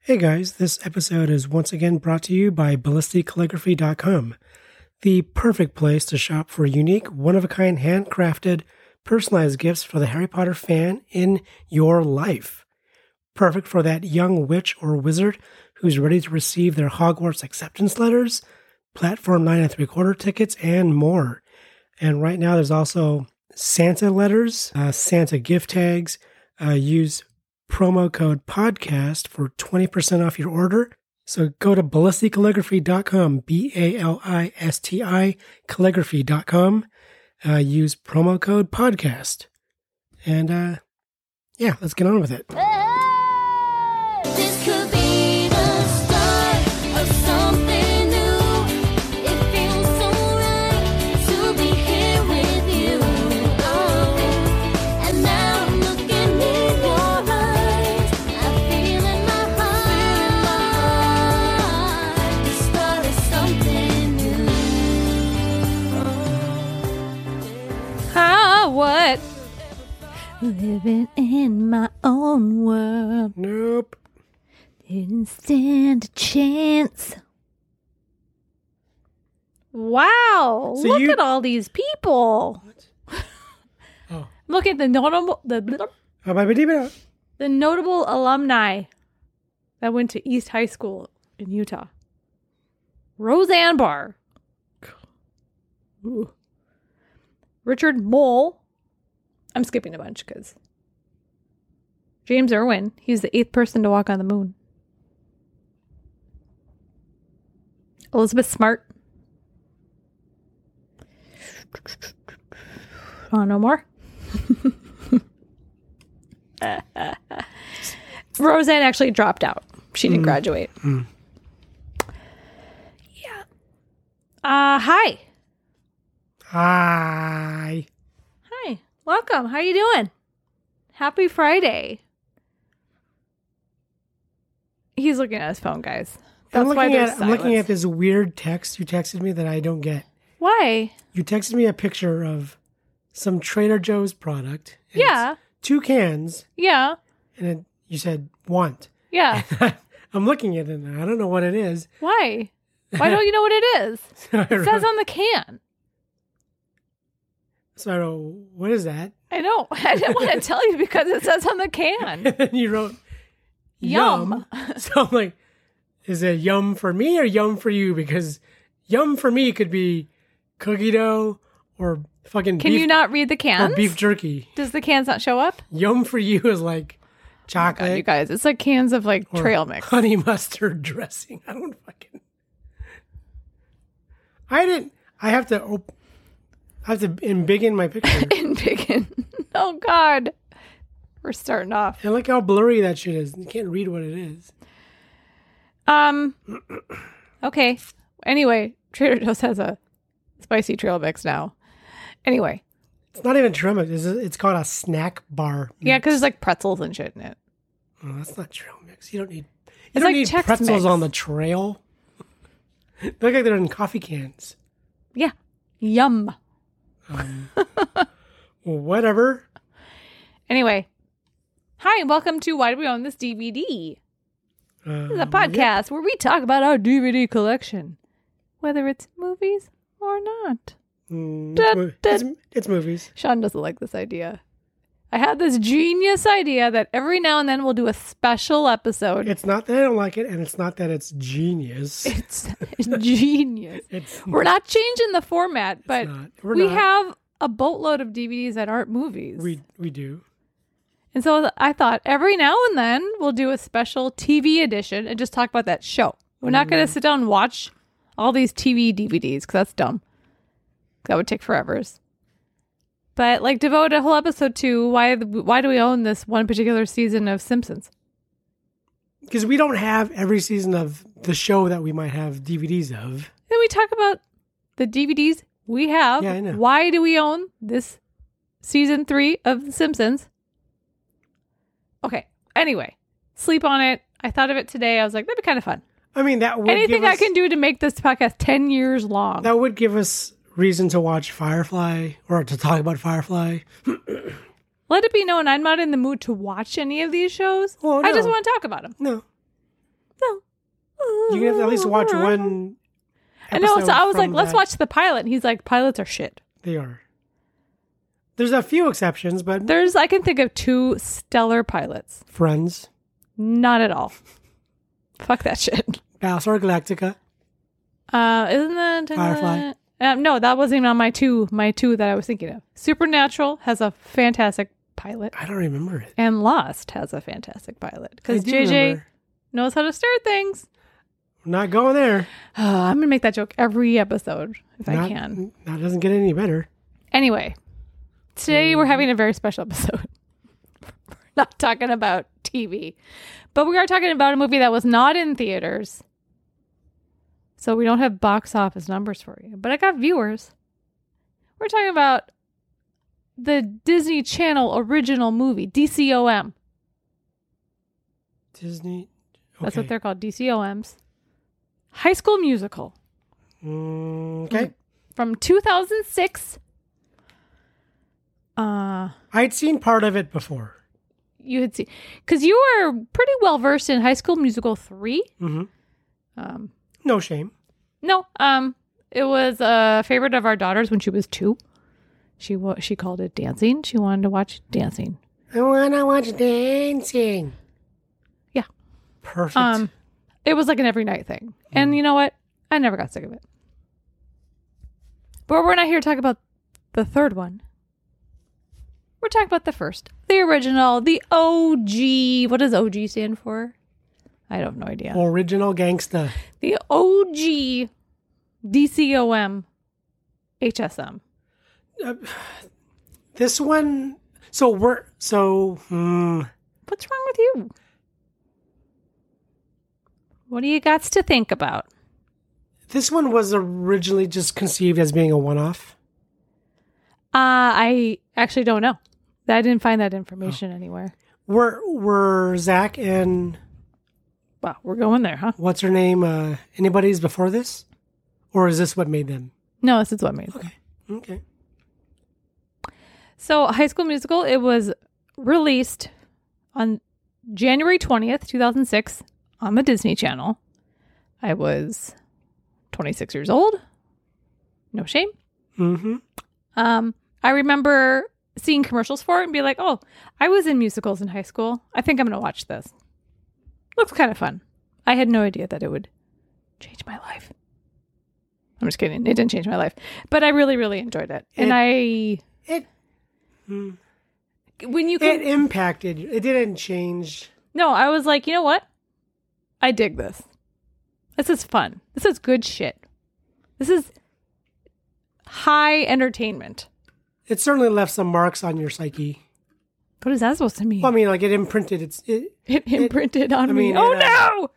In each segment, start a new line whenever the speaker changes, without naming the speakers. Hey guys, this episode is once again brought to you by ballisticalligraphy.com, the perfect place to shop for unique, one of a kind, handcrafted, personalized gifts for the Harry Potter fan in your life. Perfect for that young witch or wizard who's ready to receive their Hogwarts acceptance letters, platform nine and three quarter tickets, and more. And right now, there's also Santa letters, uh, Santa gift tags. Uh, use promo code podcast for 20% off your order. So go to ballisticalligraphy.com, B A L I S T I calligraphy.com. Uh, use promo code podcast. And uh, yeah, let's get on with it.
This could be the start of something new. It feels so right to be here with you. Oh, and now I'm looking in your eyes. I feel in my heart the start of something new.
Huh? Ah, What? Living in my own world.
Nope.
Didn't stand a chance. Wow.
So
look
you-
at all these people.
Oh.
Look at the notable the,
Oh, my baby.
the notable alumni that went to East High School in Utah. Roseanne Barr. Ooh. Richard Mole. I'm skipping a bunch because James Irwin. He's the eighth person to walk on the moon. Elizabeth Smart. Oh, no more. Roseanne actually dropped out. She
Mm.
didn't graduate. Yeah. Uh, hi.
Hi.
Hi. Welcome. How you doing? Happy Friday. He's looking at his phone, guys. That's
I'm
why
looking,
there's
at, I'm looking
silence.
at this weird text you texted me that I don't get.
Why?
You texted me a picture of some Trader Joe's product. and it's
Yeah.
Two cans,
Yeah.
and it, you said want.
Yeah.
I'm looking at it and I don't know what it is.
Why? Why don't you know what it is?
So I
It
wrote-
says on the can.
so I wrote, what is that?
I know. I didn't want to tell you because it says on the
And
can.
then you wrote
Yum.
yum. so I'm like, is it yum for me or yum for you? Because yum for me could be cookie dough or fucking
Can
beef,
you not read the
or
cans?
beef jerky.
Does the cans not show up?
Yum for you is like
Oh God, you
chocolate
guys, it's like cans of like
or
trail mix.
honey mustard dressing. I don't fucking. I didn't. I have to. Op- I have to embiggen my picture.
in bacon. oh God, we're starting off.
And look how blurry that shit is. You can't read what it is.
Um. Okay. Anyway, Trader Joe's has a spicy trail mix now. Anyway,
It's not even trail mix. It's, it's called a snack bar.
yeah, because there's like pretzels and shit in it.
Oh, that's not trail mix. You don't need. You
It's
don't
like
need
Chex
pretzels
Mix.
on the trail. they look like they're in coffee cans.
Yeah, yum.
Well, whatever.
Anyway, hi and welcome to Why Do We Own This DVD?
Uh,
This is a podcast where we talk about our DVD collection, whether it's movies or not.
mm,
Da-
it's, mo-
da-
it's- it's movies.
Sean doesn't like this idea. I had this genius idea that every now and then we'll do a special episode.
It's not that I don't like it, and it's not that it's genius.
It's genius.
It's
We're not changing the format, but
not. We're
we
not.
have a boatload of DVDs that aren't movies.
we we do.
and so I thought every now and then we'll do a special TV edition and just talk about that show. We're not
Mm-hmm.
going to sit down and watch all these TV DVDs because that's dumb. That would take forever's. But like devote a whole episode to why the, why do we own this one particular season of Simpsons?
Because we don't have every season of the show that we might have DVDs of.
Then we talk about the DVDs we have.
Yeah, I know.
Why do we own this season three of The Simpsons? Okay. Anyway, sleep on it. I thought of it today. I was like, that'd be kind of fun.
I mean, that would
Anything
give us,
I can do to make this podcast 10 years long.
That would give us reason to watch Firefly or to talk about Firefly.
Let it be known I'm not in the mood to watch any of these shows.
Oh,
I just
no.
want to talk about them.
No. You have to at least watch one.
I know. So
episode
I was
from
like, let's
that-
watch the pilot. And he's like, pilots are shit.
They are. There's a few exceptions, but
There's, I can think of two stellar pilots.
Friends,
Not at all. Fuck that shit.
Battlestar Galactica.
Uh, isn't that
Firefly.
Uh, no, that wasn't even on my two. My two that I was thinking of. Supernatural has a fantastic pilot,
I don't remember it.
and Lost has a fantastic pilot
I
because
do
JJ
remember.
knows how to stir things.
We're not going there.
Ah, I'm gonna make that joke every episode if I
Not-
can.
That doesn't get any better.
Anyway, today we're having a very special episode. we're not talking about TV, but we are talking about a movie that was not in theaters. So we don't have box office numbers for you, but I got viewers. We're talking about the Disney Channel original movie, DCOM.
Disney.
That's
okay.
what they're called, DCOMs. High School Musical
Mm, okay.
from 2006. Uh,
I'd seen part of it before.
you had seen because you were pretty well versed in High School Musical three.
Mm-hmm.
Um,
No shame.
no, um, it was a favorite of our daughter's when she was two. She wa- she called it dancing. She wanted to watch dancing.
I want to watch dancing.
Yeah.
Perfect.
Um, it was like an every night thing, and you know what? I never got sick of it. But we're not here to talk about the third one. We're talking about the first, the original, the OG. What does OG stand for? I don't have no idea.
Original gangsta.
the OG DCOM HSM.
This one. So we're so. Hmm,
What's wrong with you? What do you got to think about?
this one was originally just conceived as being a one-off.
Uh, I actually don't know. I didn't find that information anywhere.
Were were Zach and
Wow, we're going there, huh?
what's her name? Uh, anybody's before this, or is this what made them?
No, this is what made. it.
Okay. Okay.
So, High School Musical, it was released on January 20th, 2006 on the Disney Channel. I was 26 years old. No shame.
Mm-hmm.
Um, I remember seeing commercials for it and be like, "Oh, I was in musicals in high school. I think I'm going to watch this. Looks kind of fun." I had no idea that it would change my life. I'm just kidding. It didn't change my life, but I really, really enjoyed it. And
It
I, when you
it
can,
impacted. It didn't change.
no, I was like, you know what? I dig this. This is fun. This is good shit. This is high entertainment.
It certainly left some marks on your psyche.
What is that supposed to mean?
Well, I mean, like it imprinted. It's it
It imprinted on
I
me.
mean,
oh
it, uh,
no,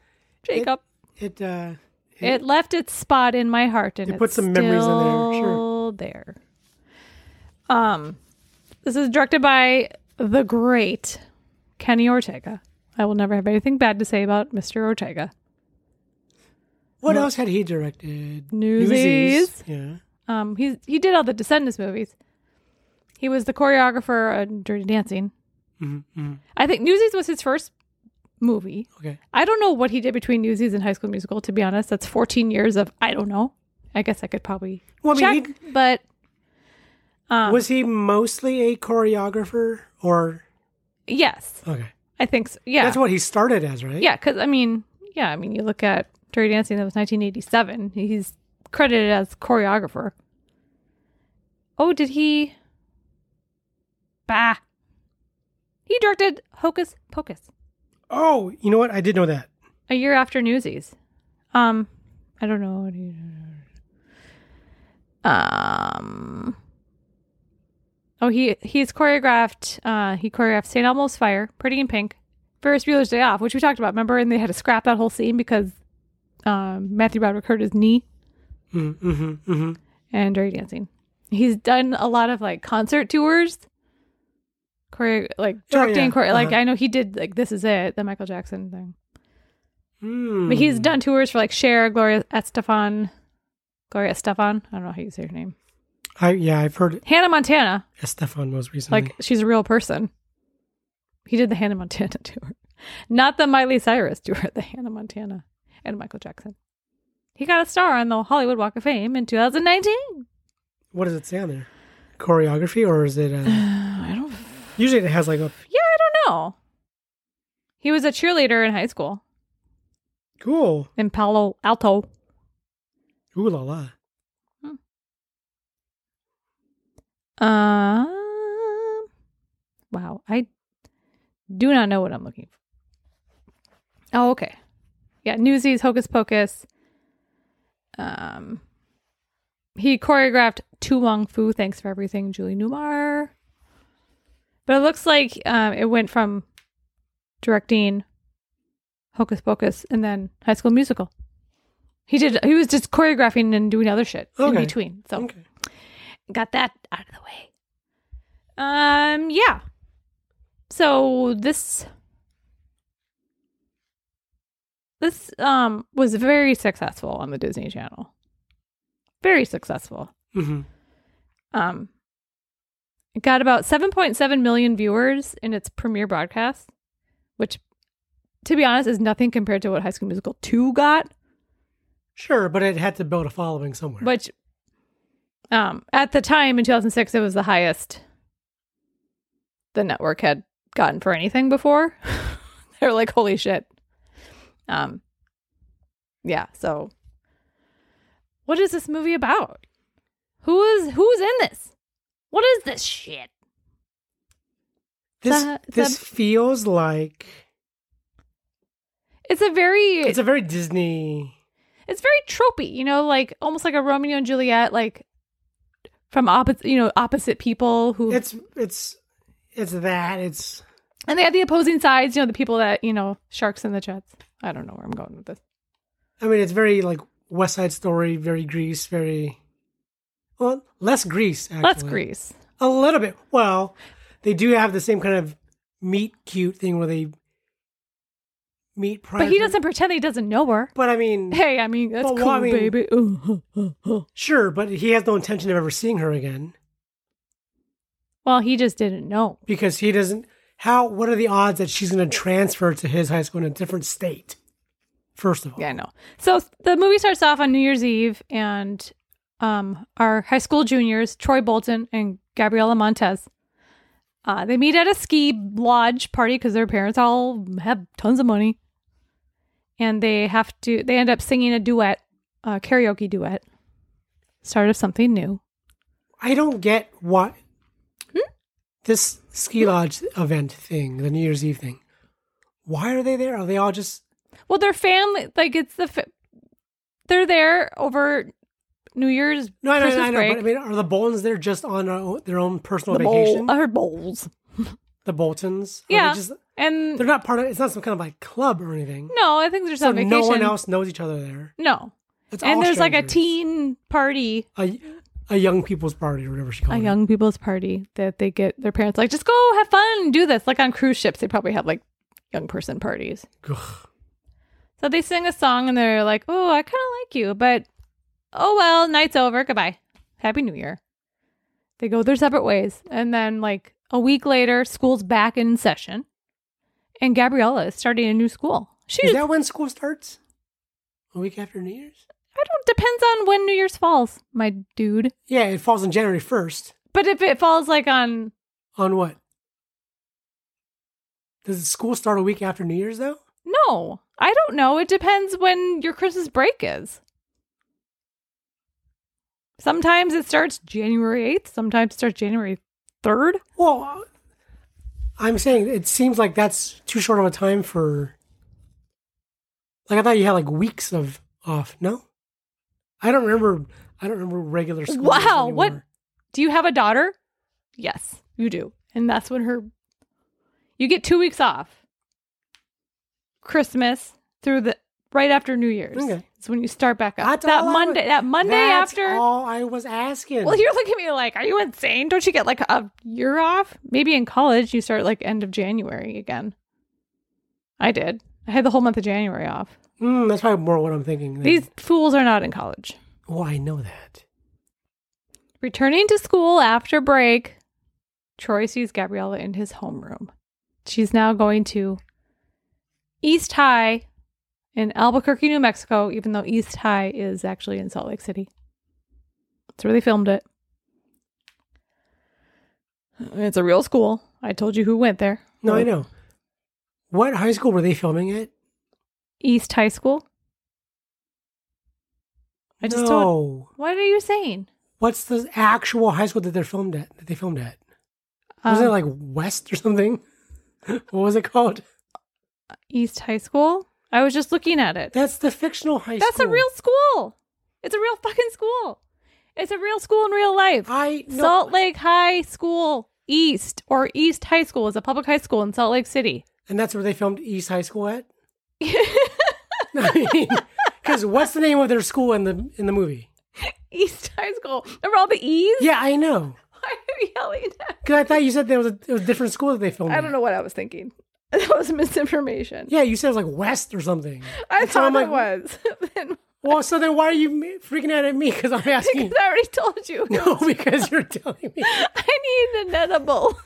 Jacob!
it uh,
It, left its spot in my heart, and
It
it
put
it's
some memories in there, sure.
still there. Um, this is directed by the great Kenny Ortega. I will never have anything bad to say about Mr. Ortega.
What else had he directed?
Newsies.
Yeah.
Um, he he did all the Descendants movies. He was the choreographer on Dirty Dancing.
Mm-hmm,
I think Newsies was his first movie.
Okay.
I don't know what he did between Newsies and High School Musical. To be honest, that's 14 years of I don't know. I guess I could probably
Well, I mean,
check, but
he, was he mostly a choreographer or?
yes,
Okay.
I think so. Yeah,
That's what he started as, right?
yeah. Because I mean, yeah, I mean, you look at Dirty Dancing. That was 1987. He's credited as choreographer. Oh, did he? Bah. He directed Hocus Pocus.
Oh, you know what? I did know that.
a year after Newsies. Um, I don't know. what he- Um, oh, he he's choreographed. Uh, he choreographed St. Elmo's Fire, Pretty in Pink, Ferris Bueller's Day Off, which we talked about. Remember, and they had to scrap that whole scene because um, Matthew Broderick hurt his knee
Mm-hmm. hmm
and Dirty Dancing. He's done a lot of like concert tours, choreo- like
Oh, yeah.
directing, chore- like
Uh-huh.
I know he did like This Is It, the Michael Jackson thing.
Mm.
But he's done tours for like Cher, Gloria Estefan, Gloria Estefan. I don't know how you say her name.
I yeah, I've heard
Hannah Montana.
Estefan most recently.
Like she's a real person. He did the Hannah Montana tour, not the Miley Cyrus tour. The Hannah Montana. and Michael Jackson. He got a star on the Hollywood Walk of Fame in 2019.
What does it say on there? Choreography or is it? A,
I don't.
usually it has like a
Yeah, I don't know. He was a cheerleader in high school
cool
in Palo Alto.
ooh la la.
Um. Wow, I do not know what I'm looking for. Oh, okay. Yeah, Newsies, Hocus Pocus. Um, he choreographed Tu Wong Fu, Thanks for Everything, Julie Newmar. But it looks like um, it went from directing Hocus Pocus and then High School Musical. He did. He was just choreographing and doing other shit in
Okay.
between. So
Okay.
got that out of the way. Um, yeah. So this this um was very successful on the Disney Channel. Very successful. Mm-hmm.
hmm
Um it got about 7.7 million viewers in its premiere broadcast, which to be honest is nothing compared to what High School Musical 2 got.
Sure, but it had to build a following somewhere.
Which, um, at the time in 2006, it was the highest the network had gotten for anything before. they were like, holy shit. Um, yeah. So, what is this movie about? Who is who's in this? What is this shit?
this
a- it's
this
a-
feels like
It's a very
it's a very Disney.
it's very tropey, you know, like almost like a Romeo and Juliet, like from opposite, you know, opposite people who
It's it's it's that it's
And they have the opposing sides, you know, the people that, you know, sharks and the jets. I don't know where I'm going with this.
I mean, it's very like West Side Story, very Grease, very well less Grease. Actually.
Let's Grease.
a little bit. Well, they do have the same kind of meet cute thing where they meet. Prior
But he
to-
doesn't pretend he doesn't know her.
But I mean,
Hey, I mean, that's
But
cool,
well, I mean-
baby. Ooh, huh, huh, huh.
sure, but he has no intention of ever seeing her again
well, he just didn't know.
because he doesn't. How? What are the odds that she's going to transfer to his high school in a different state? First of all,
Yeah, I know. So the movie starts off on New Year's Eve, and um, our high school juniors, Troy Bolton and Gabriela Montez, uh, they meet at a ski lodge party because their parents all have tons of money, and they have to. They end up singing a duet, a karaoke duet, start of something new.
I don't get why
Hmm?
this ski lodge event thing, the New Year's Eve thing. Why are they there? Are they all just
Well, their family, like it's the, fa- they're there over New Year's
no? I know, I know,
Christmas
I know,
break.
But I mean, are the Boltons there just on their own- their own personal
the
vacation?
bowl, her bowls,
the Boltons, Are they
yeah,
just,
and
they're not part of. It's not some kind of like club or anything.
No, I think there's
so
on vacation.
no one else knows each other there.
No.
It's
and
all
there's like a
strangers.
teen party,
a a young people's party or whatever she
a
called it.
young people's party that they get their parents like, just go have fun, do this. Like on cruise ships, they probably have like young person parties.
Ugh.
So they sing a song and they're like, oh, I kind of like you, but oh well, night's over. Goodbye. Happy New Year. They go their separate ways. And then like a week later, school's back in session. And Gabriella is starting a new school. She
Is
just,
that when school starts? A week after New Year's?
I don't depends on when New Year's falls, my dude.
Yeah, it falls on January first.
But if it falls like on
On what? Does school start a week after New Year's though?
no, I don't know. It depends when your Christmas break is. Sometimes it starts January 8th, sometimes it starts January 3rd. uh,
Well, I'm saying it seems like that's too short of a time for. Like I thought you had like weeks of off. No, I don't remember. I don't remember regular school. years
Wow, what-
anymore.
Do you have a daughter? Yes, you do. And that's when her you get 2 weeks off. Christmas through the right after New Year's.
Okay.
It's when you start back up.
That's
that
all I
Monday
was-
that Monday
That's
after
all I was asking.
Well, you're looking at me like, are you insane? Don't you get like a year off? Maybe in college you start like end of January again. I did. I had the whole month of January off.
Mm, that's probably more what I'm thinking. than-
These fools are not in college.
Well, I know that.
Returning to school after break, Troy sees Gabriella in his homeroom. She's now going to East High in Albuquerque, New Mexico, even though East High is actually in Salt Lake City. That's where they filmed it. It's a real school. I told you who went there.
No, I know. What high school were they filming at?
East High School. I just
no.
told. What are you saying?
What's the actual high school that they're filmed at? That they filmed at? Wasn't
Um,
it like West or something? what was it called?
East High School. I was just looking at it.
That's the fictional high
That's
school.
a real school. It's a real fucking school. It's a real school in real life.
I no,
Salt Lake High School East or East High School is a public high school in Salt Lake City.
and that's where they filmed East High School at. I mean, because what's the name of their school in the in the movie?
East High School. Remember all the E's?
Yeah, I know.
Why are you yelling at
Because I thought you said there was a, it was a different school that they filmed.
I don't
at.
know what I was thinking. That was misinformation.
Yeah, you said it was like West or something.
I
So I'm
thought it
like,
was. Then-
Well, so then why are you m- freaking out at me? Because I'm asking.
because I already told you.
no, because you're telling me.
I need an edible.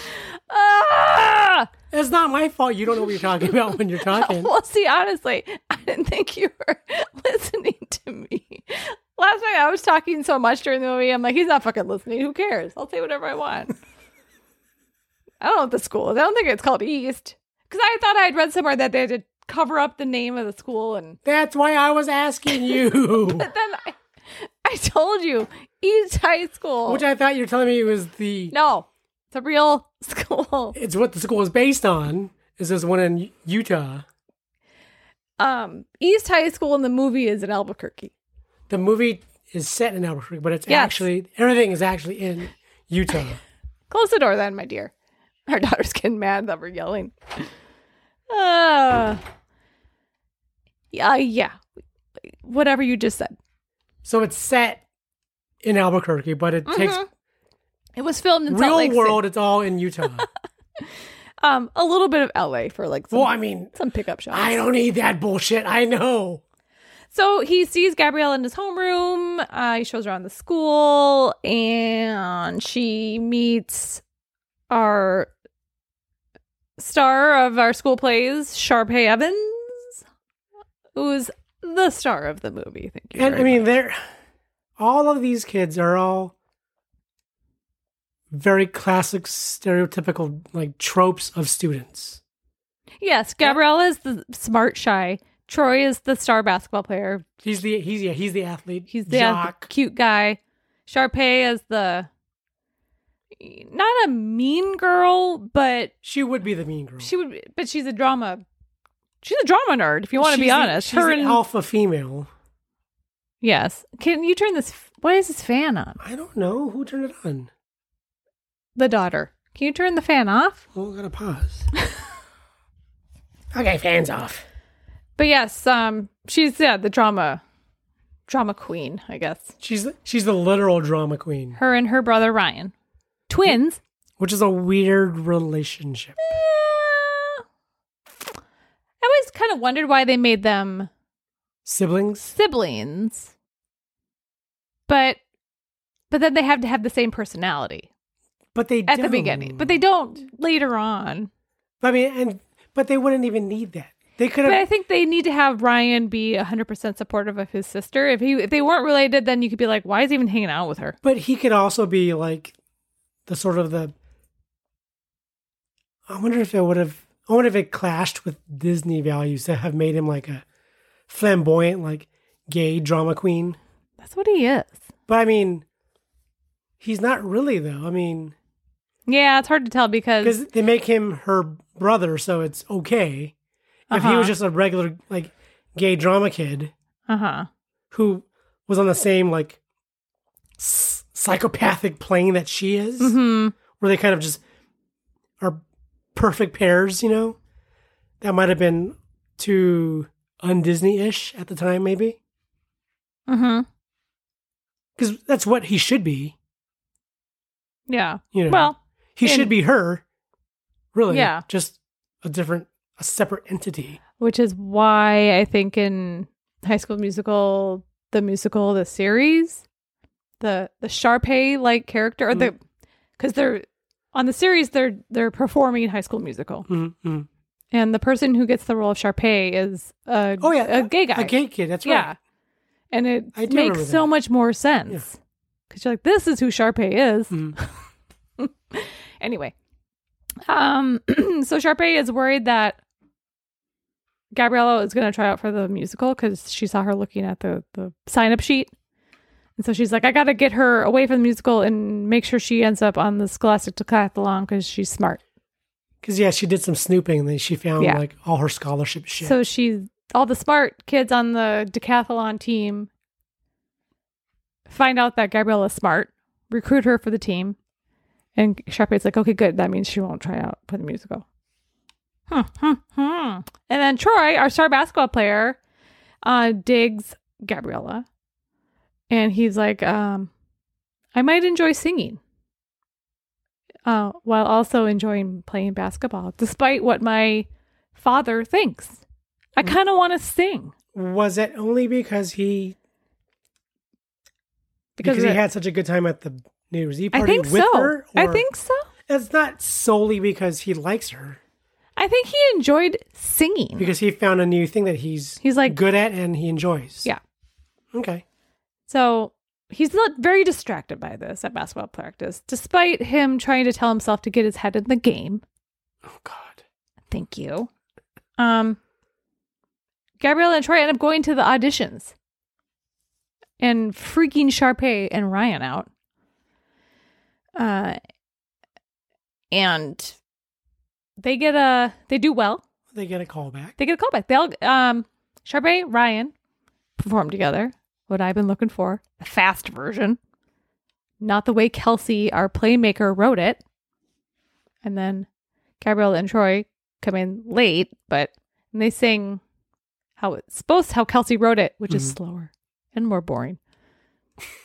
ah!
It's not my fault. You don't know what you're talking about when you're talking.
Well, see, honestly, I didn't think you were listening to me. Last night I was talking so much during the movie. I'm like, he's not fucking listening. Who cares? I'll say whatever I want. I don't know what the school is. I don't think it's called East. Because I thought I had read somewhere that they had to cover up the name of the school. And
That's why I was asking you.
then I, I told you, East High School.
Which I thought you were telling me was the.
no, it's a real school.
It's what the school is based on. Is this one in Utah?
Um, East High School in the movie is in Albuquerque.
The movie is set in Albuquerque, but it's
Yes.
actually everything is actually in Utah.
Close the door then, my dear. Our daughter's getting mad that we're yelling. Uh, yeah, yeah. Whatever you just said.
so it's set in Albuquerque, but it takes
It was filmed Mm-hmm. in Salt
real
Lake City.
world. It's all in Utah.
Um, a little bit of LA for like some,
well, I mean,
some pickup shots.
I don't need that bullshit. I know.
So he sees Gabrielle in his homeroom. Uh, he shows her around the school, and she meets our star of our school plays, Sharpay Evans, who's the star of the movie. Thank you.
And I
very
mean, they're all of these kids are all very classic, stereotypical like tropes of students.
much. yes, Gabrielle is the smart, shy. Troy is the star basketball player.
He's the he's yeah he's the athlete.
He's the
jock.
cute guy. Sharpay is the not a mean girl, but
She would be the mean girl.
She would, but she's a drama. She's a drama nerd. If you want to
She's
be
the-
honest,
she's
her
an
and
alpha female.
yes. Can you turn this? What is this fan on?
I don't know who turned it on.
The daughter. Can you turn the fan off?
Well, I gotta pause. okay, fans off.
But yes, um, she's yeah the drama, drama queen, I guess.
She's she's the literal drama queen,
Her and her brother Ryan, twins.
which is a weird relationship.
Yeah. I always kind of wondered why they made them
Siblings.
siblings, but but then they have to have the same personality
But they
at the
don't.
beginning, but they don't later on.
I mean, and but they wouldn't even need that. They could
But I
have.
think they need to have Ryan be 100% supportive of his sister. If he if they weren't related, then you could be like, why is he even hanging out with her?
But he could also be like the sort of the. I wonder if it would have. I wonder if it clashed with Disney values to have made him like a flamboyant, like gay drama queen.
That's what he is.
But I mean, he's not really though. I mean,
Yeah, it's hard to tell because
because they make him her brother, so it's okay. If he
Uh-huh.
was just a regular like gay drama kid
uh-huh.
who was on the same like s- psychopathic plane that she is,
Hmm.
where they kind of just are perfect pairs, you know, that might have been too un-Disney-ish at the time, maybe
Mhm.
because that's what he should be.
Yeah.
You know,
Well,
He should
And-
be her. Really.
Yeah.
Just a different, a separate entity.
which is why I think in High School Musical, the musical, the series, the the Sharpay like character or the cuz they're on the series they're they're performing High School Musical.
Mm-hmm.
And the person who gets the role of Sharpay is a,
Oh yeah,
a gay guy.
a gay kid. That's
yeah.
right.
And
I
it
do remember
makes so
that.
much more sense. Because you're like, this is who Sharpay is.
Mm-hmm.
anyway. Um, so Sharpay is worried that Gabriella is going to try out for the musical because she saw her looking at the, the sign up sheet. And so she's like, I got to get her away from the musical and make sure she ends up on the Scholastic Decathlon because she's smart.
Because yeah, she did some snooping and then she found
Yeah.
like all her scholarship shit.
So she, all the smart kids on the decathlon team find out that Gabriella's smart, recruit her for the team, and Sharpay's like, okay, good. That means she won't try out for the musical. Hmm, hmm, hmm. And then Troy, our star basketball player, uh, digs Gabriella, and he's like, um, I might enjoy singing. Uh, while also enjoying playing basketball, despite what my father thinks. I
Mm.
kind of want to sing
was that only because he
because,
because,
of
he
it.
had such a good time at the New Year's Eve
I
party
think
with
so.
her?
I
Or-
think so.
it's not solely because he likes her,
I think he enjoyed singing.
because he found a new thing that he's
He's like-
good at and he enjoys.
Yeah.
Okay.
so he's not very distracted by this at basketball practice, despite him trying to tell himself to get his head in the game.
Oh God.
Thank you. Um, Gabriella and Troy end up going to the auditions and freaking Sharpay and Ryan out. Uh, and they get a they do well.
They get a call back.
They get a call back. They all um, Sharpay Ryan perform together. What I've been looking for, the fast version, not the way Kelsey, our playmaker, wrote it. And then Gabrielle and Troy come in late, but and they sing how it's supposed how Kelsey wrote it, which is slower and more boring.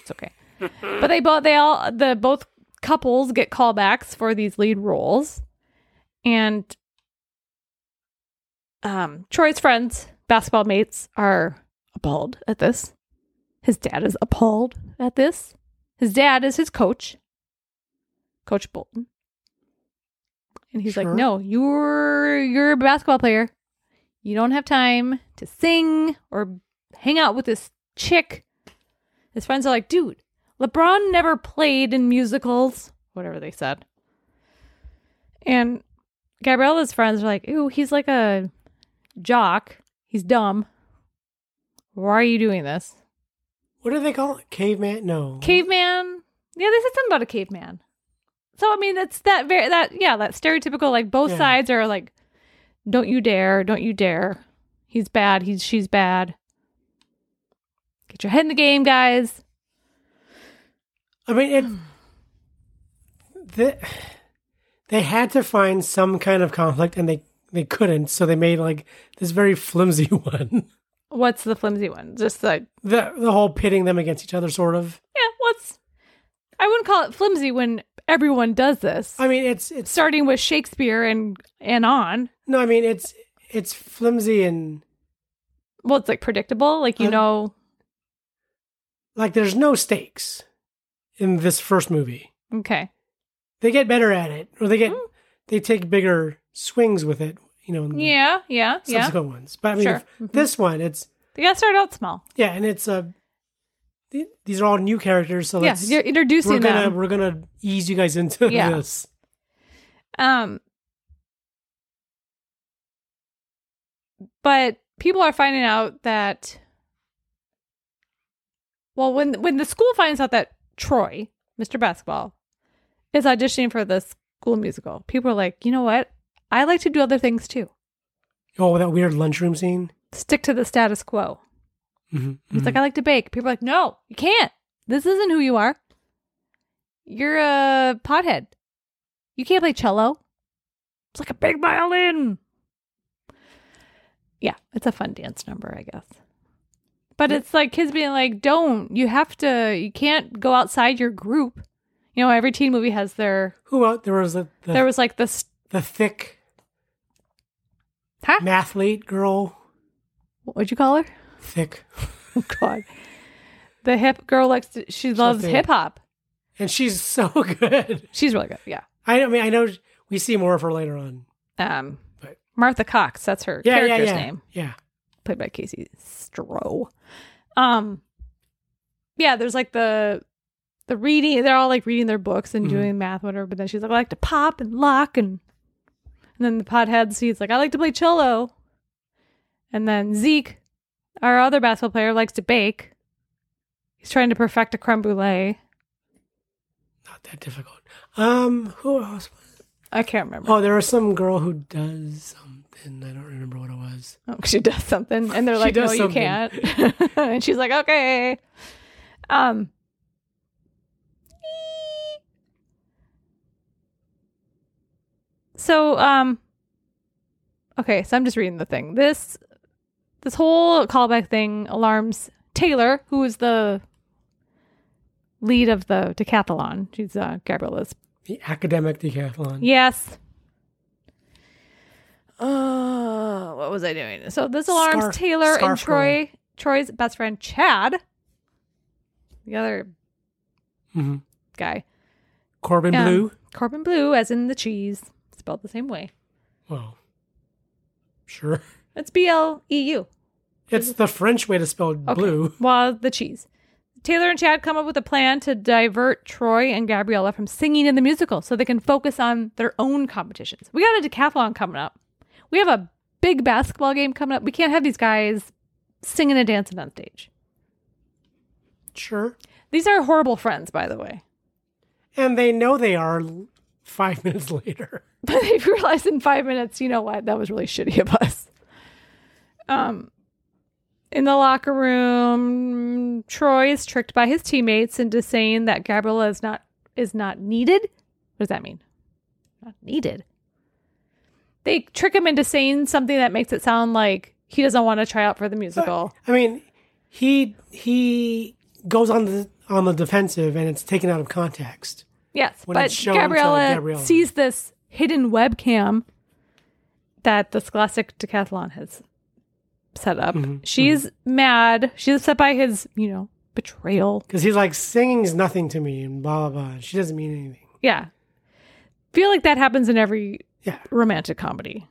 It's okay. but they both they all the both couples get callbacks for these lead roles. And um Troy's friends, basketball mates, are appalled at this. His dad is appalled at this. His dad is his coach, Coach Bolton. And he's
Sure.
like, "No, you're you're a basketball player. You don't have time to sing or hang out with this chick." His friends are like, "Dude, LeBron never played in musicals, whatever they said." And Gabriella's friends are like, "Ooh, he's like a jock. He's dumb. Why are you doing this,
What do they call it? Caveman? No.
caveman?" Yeah, they said something about a caveman. So I mean, that's that very that yeah that stereotypical like both
Yeah.
sides are like, "Don't you dare! Don't you dare! He's bad. He's she's bad. Get your head in the game, guys."
I mean, it. The, they had to find some kind of conflict, and they they couldn't, so they made like this very flimsy one.
What's the flimsy one? Just like
the the whole pitting them against each other, sort of.
yeah, what's? I wouldn't call it flimsy when everyone does this.
I mean, it's it's
starting with Shakespeare and and on.
no, I mean it's it's flimsy and
Well, it's like predictable, like you
Uh,
know.
like there's no stakes in this first movie.
Okay,
They get better at it, or they get
Mm-hmm.
they take bigger swings with it. You know, in the
yeah, yeah, yeah.
subsequent ones. But I mean,
Sure. Mm-hmm.
if- this one, it's
You gotta start out small.
yeah, and it's uh, th- these are all new characters, so
Yeah,
let's,
you're introducing
we're gonna
them.
we're gonna ease you guys into
Yeah.
this.
Um, but people are finding out that. Well, when when the school finds out that Troy, Mr. Basketball, is auditioning for the school musical, people are like, you know what? I like to do other things too.
Oh, that weird lunchroom scene.
Stick to the status quo.
Mhm,
He's like, I like to bake. People are like, no, you can't. This isn't who you are. You're a pothead. You can't play cello. It's like a big violin. Yeah, it's a fun dance number, I guess. But it's like kids being like, don't. You have to, you can't go outside your group. You know, every teen movie has their,
Who else? There was the the,
there was like this,
the thick
huh?
mathlete girl.
What'd you call her?
Thick.
Oh, God. The hip girl likes to, she loves
Something.
hip hop.
and she's so good.
She's really good. Yeah.
I mean, I know we see more of her later on.
Um,
But-
Martha Cox. That's her
Yeah, yeah,
character's
yeah.
name,
Yeah.
played by Casey Stroh. Um, yeah, there's like the the reading. They're all like reading their books and
Mhm.
doing math, whatever. But then she's like, I like to pop and lock, and and then the pothead he's like, I like to play cello, and then Zeke, our other basketball player, likes to bake. He's trying to perfect a creme brulee.
Not that difficult. Um, who else?
I can't remember.
Oh, there was some girl who does something. I don't remember what it was.
Oh, she does something, and they're
She
like, "No,
does
you
something.
can't." and she's like, "Okay." Um. So, um, okay, so I'm just reading the thing. This, this whole callback thing alarms Taylor, who is the lead of the decathlon. She's uh, Gabriella's
The academic decathlon.
Yes. Uh, what was I doing? So this alarms
Scar-
Taylor and
scarf
Troy, Troy's best friend Chad, the other
hmm
guy,
Corbin
Yeah.
Blue.
Corbin Blue, as in the cheese, spelled the same way.
Well, sure.
It's B L E U.
It's the French way to spell blue.
Well, the cheese. Taylor and Chad come up with a plan to divert Troy and Gabriella from singing in the musical so they can focus on their own competitions. We got a decathlon coming up. We have a big basketball game coming up. We can't have these guys singing and dancing on stage.
Sure.
These are horrible friends, by the way.
And they know they are l- five minutes later.
But they realize in five minutes, you know what? That was really shitty of us. Um, in the locker room, Troy is tricked by his teammates into saying that Gabriella is not is not needed. What does that mean? Not needed. They trick him into saying something that makes it sound like he doesn't want to try out for the musical.
I mean, he he goes on the on the defensive, and it's taken out of context.
Yes,
when
but
it's shown to
Gabriella,
Gabriella.
sees this hidden webcam that the Scholastic Decathlon has set up.
Mm-hmm.
She's mad. She's upset by his, you know, betrayal.
Because he's like, singing's nothing to me, and blah, blah, blah. She doesn't mean anything.
Yeah, feel like that happens in every
Yeah.
romantic comedy.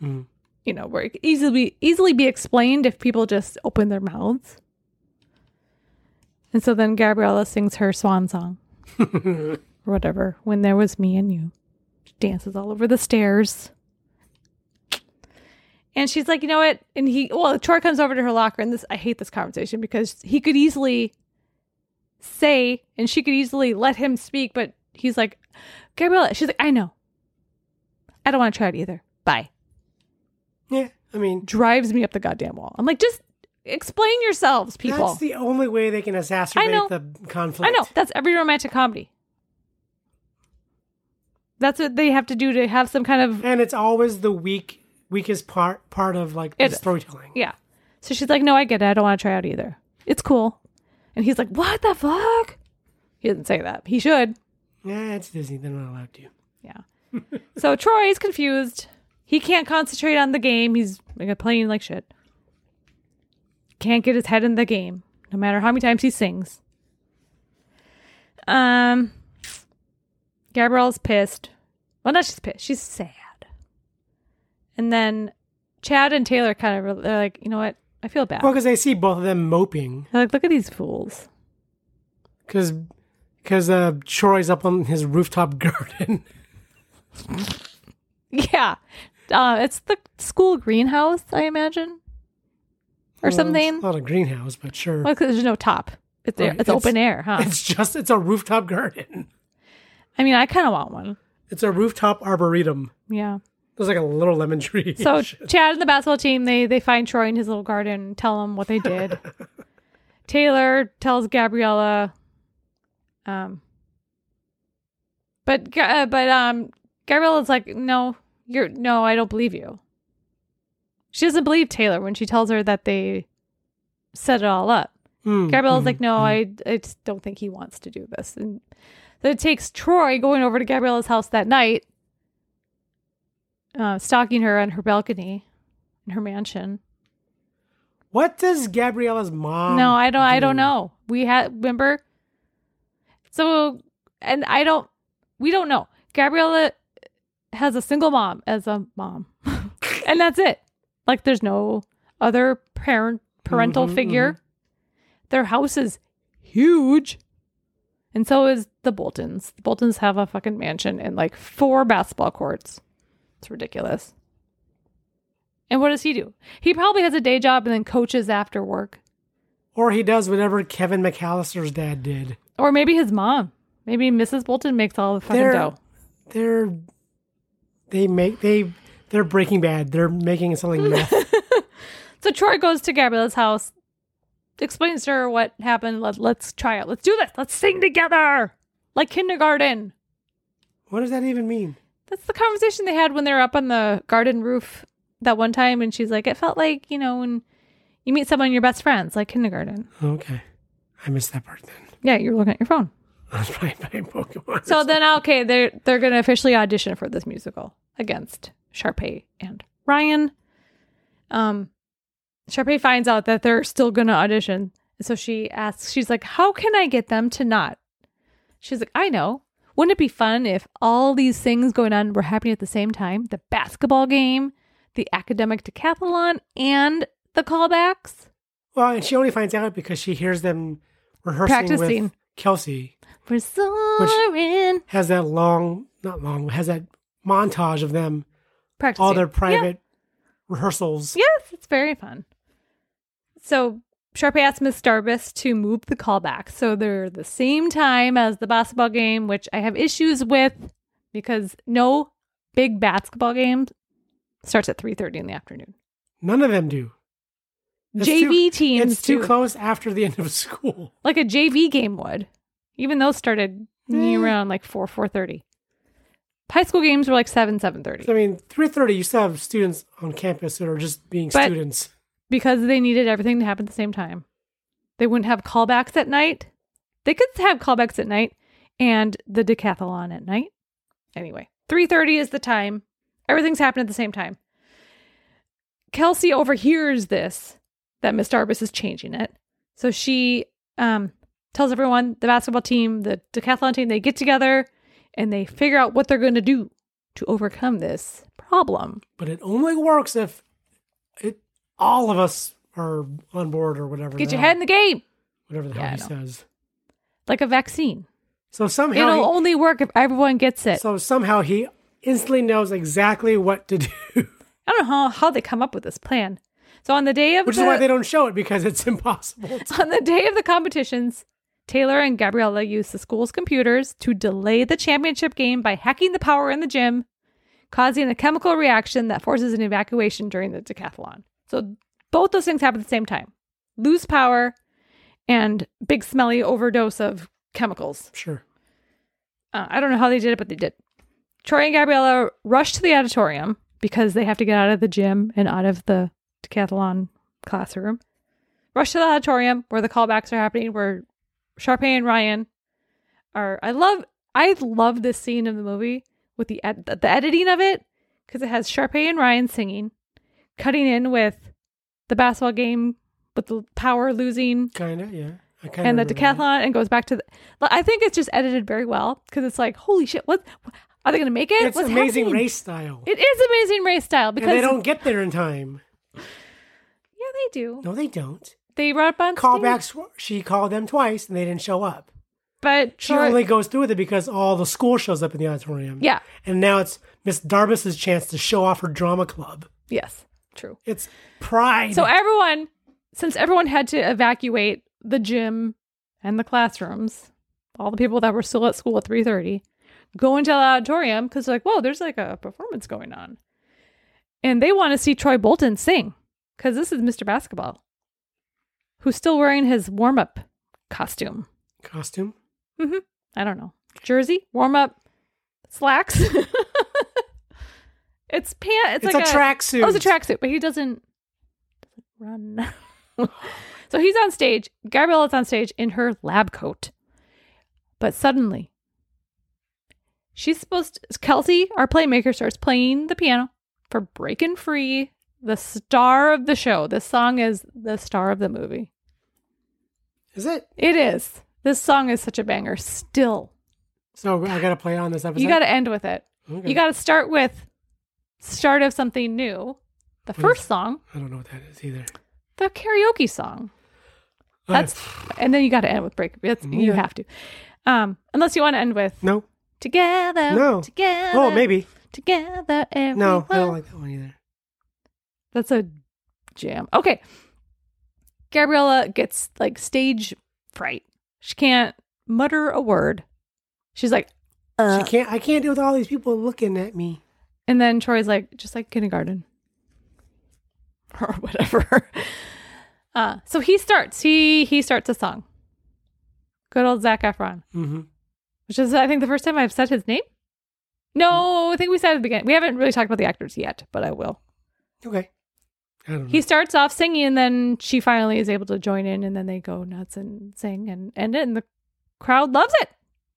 Mhm.
You know, where it could easily easily be explained if people just open their mouths. And so then Gabriella sings her swan song, or whatever. When there was me and you, she dances all over the stairs. And she's like, you know what? And he, well, Troy comes over to her locker, and this I hate this conversation because he could easily say, and she could easily let him speak, but he's like, Gabriella, she's like, I know, I don't want to try it either. Bye.
Yeah. I mean,
Drives me up the goddamn wall. I'm like, just explain yourselves, people.
that's the only way they can
I know.
exacerbate the conflict.
I know. That's every romantic comedy. That's what they have to do to have some kind of
And it's always the weak, weakest part part of like the
It is.
storytelling.
yeah. So she's like, no, I get it. I don't want to try out either. It's cool. And he's like, what the fuck? He doesn't say that. He should.
Yeah, it's Disney. They're not allowed to.
Yeah. so Troy is confused. He can't concentrate on the game. He's like, playing like shit. Can't get his head in the game, no matter how many times he sings. Um, Gabrielle's pissed. Well, not she's pissed. She's sad. And then Chad and Taylor kind of they're like, you know what? I feel bad.
Well, because they see both of them moping.
They're like, look at these fools.
Because because uh, Troy's up on his rooftop garden.
Yeah. Uh, it's the school greenhouse, I imagine, or something.
It's not a greenhouse, but sure.
Well, 'cause there's no top. It's,
Right.
it's, open air, huh?
It's just it's a rooftop garden.
I mean, I kind of want one.
It's a rooftop arboretum.
Yeah.
There's like a little lemon tree.
So Chad and the basketball team, they they find Troy in his little garden, tell him what they did. Taylor tells Gabriella, um, but Ga- uh, but um, Gabriella's like, no, you're no, I don't believe you. She doesn't believe Taylor when she tells her that they set it all up.
Mm,
Gabriella's
mm.
like, no, I, I just don't think he wants to do this. And so it takes Troy going over to Gabriella's house that night, uh, stalking her on her balcony in her mansion.
What does Gabriella's mom?
no, I don't. I don't
do?
know. We had remember. So, and I don't. We don't know. Gabriella has a single mom as a mom. and that's it. Like there's no other parent parental
Mhm,
figure. Their house is huge. And so is the Boltons. The Boltons have a fucking mansion and like four basketball courts. It's ridiculous. And what does he do? He probably has a day job and then coaches after work.
Or he does whatever Kevin McAllister's dad did.
Or maybe his mom. Maybe Mrs. Bolton makes all the fucking
They're-
dough.
They're they make they they're Breaking Bad. They're making and selling meth.
So Troy goes to Gabriella's house, explains to her what happened. Let, let's try it. Let's do this. Let's sing together. Like kindergarten.
what does that even mean?
That's the conversation they had when they were up on the garden roof that one time. And she's like, it felt like, you know, when you meet someone, your best friends, like kindergarten.
Okay, I missed that part. Then
Yeah, you're looking at your phone.
I was probably playing Pokemon.
So then, okay, they're they're going to officially audition for this musical against Sharpay and Ryan. Um, Sharpay finds out that they're still going to audition, and so she asks, she's like, "How can I get them to not?" She's like, "I know. Wouldn't it be fun if all these things going on were happening at the same time? The basketball game, the academic decathlon, and the callbacks."
well, and she only finds out because she hears them rehearsing
Practicing.
with Kelsey.
We're soaring.
Has that long, not long, has that montage of them
Practicing
all their
Yeah.
private rehearsals.
Yes, it's very fun. So Sharpay asked Miss Starbus to move the callback so they're the same time as the basketball game, which I have issues with because no big basketball game starts at three thirty in the afternoon.
None of them do. It's
JV
too,
teams
It's too
do.
close after the end of school.
like a JV game would. Even those started
Eh.
around like four four thirty. High school games were like seven seven thirty.
I mean, three thirty. You still have students on campus that are just being
But-
students.
because they needed everything to happen at the same time. They wouldn't have callbacks at night. They could have callbacks at night and the decathlon at night. Anyway, 3:30 is the time. Everything's happening at the same time. Kelsey overhears this that Miss Darbus is changing it. So she um, tells everyone the basketball team, the decathlon team, they get together and they figure out what they're going to do to overcome this problem.
But it only works if it all of us are on board or whatever.
Get
the
your
hell-
head in the game
whatever the
Yeah,
hell he
I
says.
like a vaccine.
So somehow,
It'll
he,
only work if everyone gets it.
so somehow he instantly knows exactly what to do,
I don't know how, how they come up with this plan. So on the day of
which
the,
is why they don't show it because it's impossible.
on the day of the competitions, Taylor and Gabriella used the school's computers to delay the championship game by hacking the power in the gym, causing a chemical reaction that forces an evacuation during the decathlon. So both those things happen at the same time. Lose power and big smelly overdose of chemicals.
sure.
Uh, I don't know how they did it, but they did. Troy and Gabriella rush to the auditorium because they have to get out of the gym and out of the decathlon classroom. Rush to the auditorium where the callbacks are happening, where Sharpay and Ryan are. I love, I love this scene of the movie with the ed- the editing of it because it has Sharpay and Ryan singing, cutting in with the basketball game with the power losing
Kinda, yeah. I kinda
and
remember
the
that.
decathlon and goes back to the like, i think it's just edited very well because it's like holy shit what are they gonna make it
It's
What's
amazing
happening?
race style.
it is amazing race style because
and they don't get there in time.
yeah they do
No, they don't.
they run up on stage,
Callbacks. She called them twice, and they didn't show up.
but
She
Troy-
only goes through with it because all the school shows up in the auditorium.
Yeah.
And now it's Miss Darbus's chance to show off her drama club.
yes true
It's pride.
so everyone since everyone had to evacuate the gym and the classrooms all the people that were still at school at 3.30 go into the auditorium because like whoa there's like a performance going on and they want to see troy bolton sing because this is mr basketball who's still wearing his warm-up costume
Costume.
i don't know jersey warm-up slacks it's pant it's,
It's,
like
a, tracksuit.
Oh, it's a tracksuit, but he doesn't doesn't run. so he's on stage. Gabriella's on stage in her lab coat, but suddenly she's supposed. To, Kelsey, our playmaker, starts playing the piano for "Breaking Free," the star of the show. This song is the star of the movie.
Is it?
It is. This song is such a banger. Still,
So I got to play it on this episode.
you got to end with it.
Okay.
You got to start with start of something new
Hmm.
The first song,
I don't know what that is either.
the karaoke song. That's and then you got to end with break. That's you
Yeah.
have to, um, unless you want to end with
no.
together.
No.
together.
Oh, maybe.
together. Everyone.
No, I don't like that one either.
That's a jam. Okay. Gabriella gets like stage fright. She can't mutter a word. She's like, uh,
she can't. I can't deal with all these people looking at me.
and then Troy's like, just like kindergarten or whatever. uh, so he starts. He he starts a song. Good old Zach Efron,
Mm-hmm.
which is I think the first time I've said his name. No, I think we said at the beginning. We haven't really talked about the actors yet, but I will.
Okay. I don't know.
he starts off singing and then she finally is able to join in and then they go nuts and sing and end it and the crowd loves it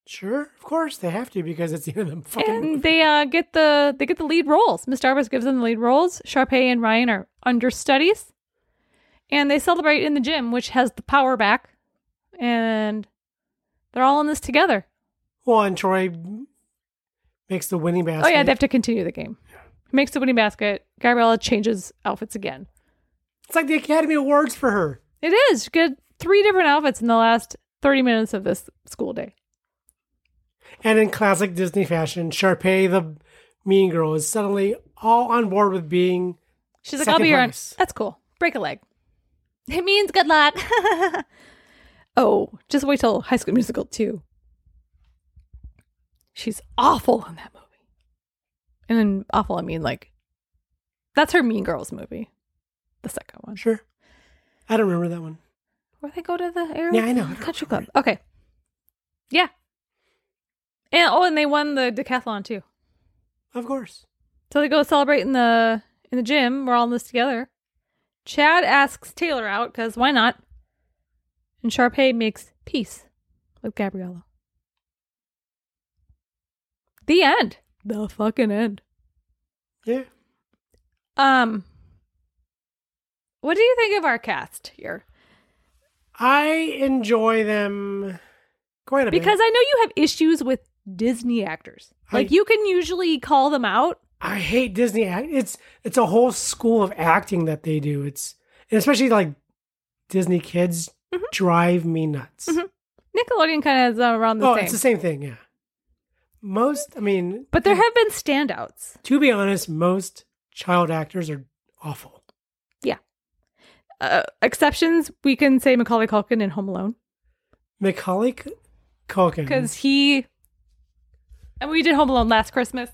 sure, of course they have to because it's the end of the fucking.
and they uh, get the they get the lead roles miss darvis gives them the lead roles Sharpay and ryan are understudies and they celebrate in the gym which has the power back and they're all in this together
Well, and Troy makes the winning basket.
oh yeah they have to continue the game makes the winning basket gabriella changes outfits again
it's like the Academy Awards for her.
It is. She got three different outfits in the last 30 minutes of this school day.
And in classic Disney fashion, Sharpay, the mean girl, is suddenly all on board with being.
She's like,
Second
I'll be your aunt.
place.
That's cool. Break a leg. It means good luck. oh, just wait till High School Musical 2. She's awful in that movie. And then awful, I mean like, that's her Mean Girls movie. The second one.
Sure. I don't remember that one.
Where they go to the air
Yeah, I know. I don't
country club. Okay. Yeah. And oh, and they won the decathlon too.
Of course.
So they go celebrate in the in the gym. We're all in this together. Chad asks Taylor out because why not? And Sharpay makes peace with Gabriella. The end. The fucking end.
Yeah.
Um. What do you think of our cast here?
I enjoy them quite a bit.
Because I know you have issues with Disney actors.
I-
Like you can usually call them out.
I hate Disney. act- It's it's a whole school of acting that they do. It's and especially like Disney kids
Mm-hmm.
drive me nuts.
Nickelodeon kind of is around Mm-hmm. the
oh,
same.
it's the same thing. Yeah. Most, I mean,
But there have been standouts.
to be honest, most child actors are awful.
uh, exceptions, we can say Macaulay Culkin in Home Alone
Macaulay C- Culkin.
because he and we did Home Alone last Christmas,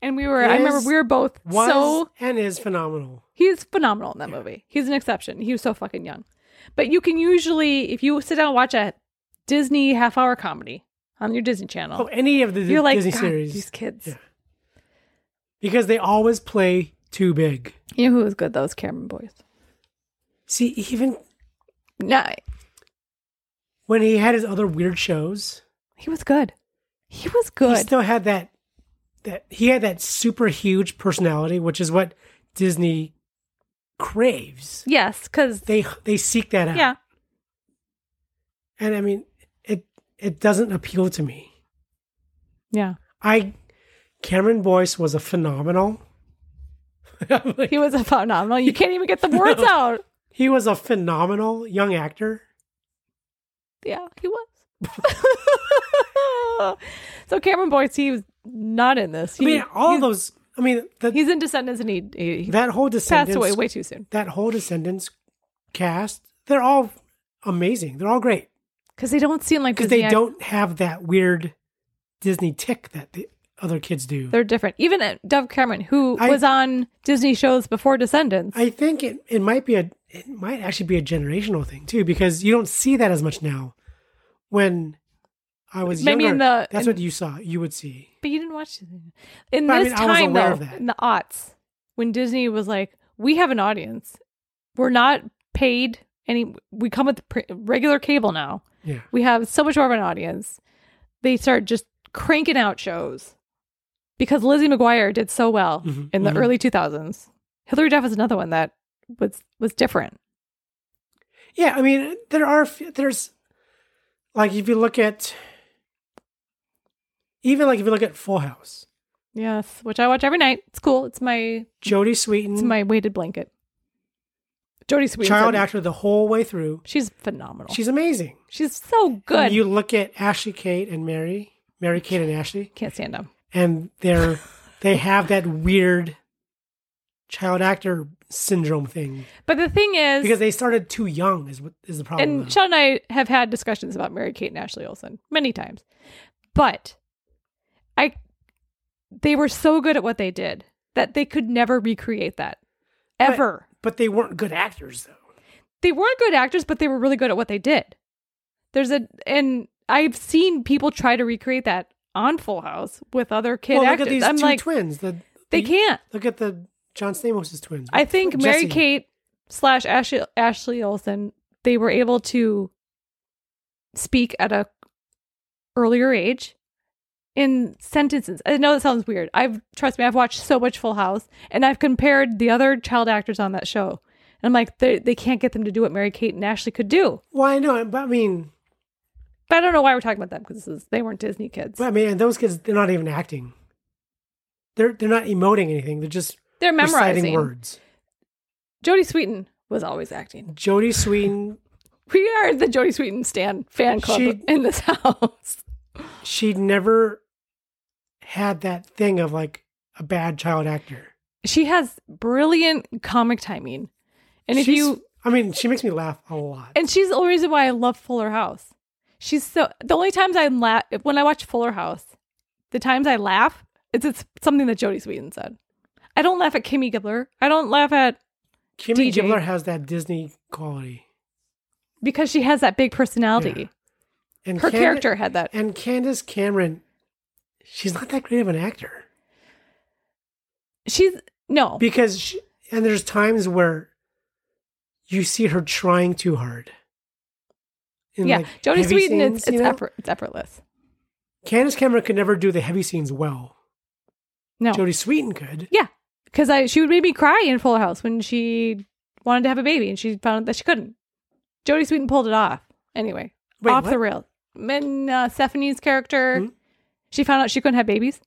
and we were I remember
Is-
we were both
was
so
and is phenomenal.
he's phenomenal in that movie. He's an exception. He was so fucking young, but you can usually if you sit down and watch a Disney half hour comedy on your Disney Channel,
Oh, any of the
you're like
Disney
"God,
series
these kids.
Yeah. because they always play too big.
You know who was good? Those Cameron boys.
See, even
No,
when he had his other weird shows,
he was good. He was
he
good.
still had that that he had that super huge personality, which is what Disney craves.
yes, because
They they seek that out.
yeah,
And I mean, it it doesn't appeal to me.
yeah,
I Cameron Boyce was a phenomenal. I'm like,
he was a phenomenal. You can't even get the words out.
he was a phenomenal young actor.
Yeah, he was. so Cameron Boyce, he was not in this.
I
He,
mean, all
he's,
of those. I mean, the,
He's in Descendants, and he, he he
that whole
passed
Descendants,
away way too soon
that whole Descendants cast, they're all amazing. They're all great.
because they don't seem like
because
Disney
they
act-
don't have that weird Disney tick that the other kids do.
They're different. Even uh, Dove Cameron, who
I-
was on Disney shows before Descendants,
I think it, it might be a it might actually be a generational thing too because you don't see that as much now. When I was
Maybe
younger,
in the-
that's
in-
what you saw. You would see.
but you didn't watch Disney. In
But I
this
mean, I was
time,
aware
though,
of that.
in the aughts, when Disney was like, "We have an audience. We're not paid any. We come with pr- regular cable now."
Yeah,
we have so much more of an audience. They start just cranking out shows because Lizzie McGuire did so well
Mhm,
in the
mhm.
early 2000s. Hillary Duff is another one that was was different.
yeah. I mean, there are f- there's like if you look at even like if you look at Full House,
Yes, which I watch every night. It's cool. It's my
Jodie Sweetin,
it's my weighted blanket. Jodie Sweet.
Mm-hmm. child actor the whole way through.
She's phenomenal.
She's amazing.
She's so good.
You look at Ashley Kate and Mary, Mary Kate and Ashley,
Can't stand him.
and they're they have that weird child actor syndrome thing
But the thing is,
because they started too young is what is the problem.
and
though.
Sean and I have had discussions about Mary Kate and Ashley Olsen many times, but I, they were so good at what they did that they could never recreate that
But-
ever.
but they weren't good actors though.
they weren't good actors, but they were really good at what they did. There's a and I've seen people try to recreate that on Full House with other kid
well, look
actors.
at these
I'm
two
like,
twins. The,
they
the-
can't.
Look at the John Stamos' twins.
I think Mary
Jesse.
Kate slash Ashley Ashley Olsen, they were able to speak at a earlier age in sentences. I know that sounds weird. I've trust me, I've watched so much Full House and I've compared the other child actors on that show. And I'm like, they they can't get them to do what Mary Kate and Ashley could do.
Well, I know, but I mean,
But I don't know why we're talking about them because this is they weren't Disney kids.
but I mean, and those kids they're not even acting. They're they're not emoting anything. They're just
They're
reciting
memorizing.
words.
Jodie Sweetin was always acting.
Jodie Sweetin,
We are the Jodie Sweetin stan fan club
She-
in this house.
she never had that thing of like a bad child actor.
She has brilliant comic timing, and if
She's-
you
I mean, she makes me laugh a lot.
and she's the reason why I love Fuller House. She's so the only times I laugh when I watch Fuller House, the times I laugh, it's it's something that Jodie Sweetin said. I don't laugh at Kimmy Gibbler. I don't laugh at
Kimmy
DJ.
Gibbler has that Disney quality,
because she has that big personality.
and
Her
Candi-
character had that.
and Candace Cameron, she's not that great of an actor.
She's no.
because she, and there's times where you see her trying too hard. In,
yeah,
like,
Jodie
heavy
Sweetin, it's,
scenes,
it's,
you know?
effort, it's effortless.
Candace Cameron could never do the heavy scenes well.
No,
Jodie Sweetin could.
yeah, because I she would make me cry in Fuller House when she wanted to have a baby and she found out that she couldn't. Jodie Sweetin pulled it off anyway,
Wait,
off the
what?
rails. And uh, Stephanie's character,
Hmm?
she found out she couldn't have babies.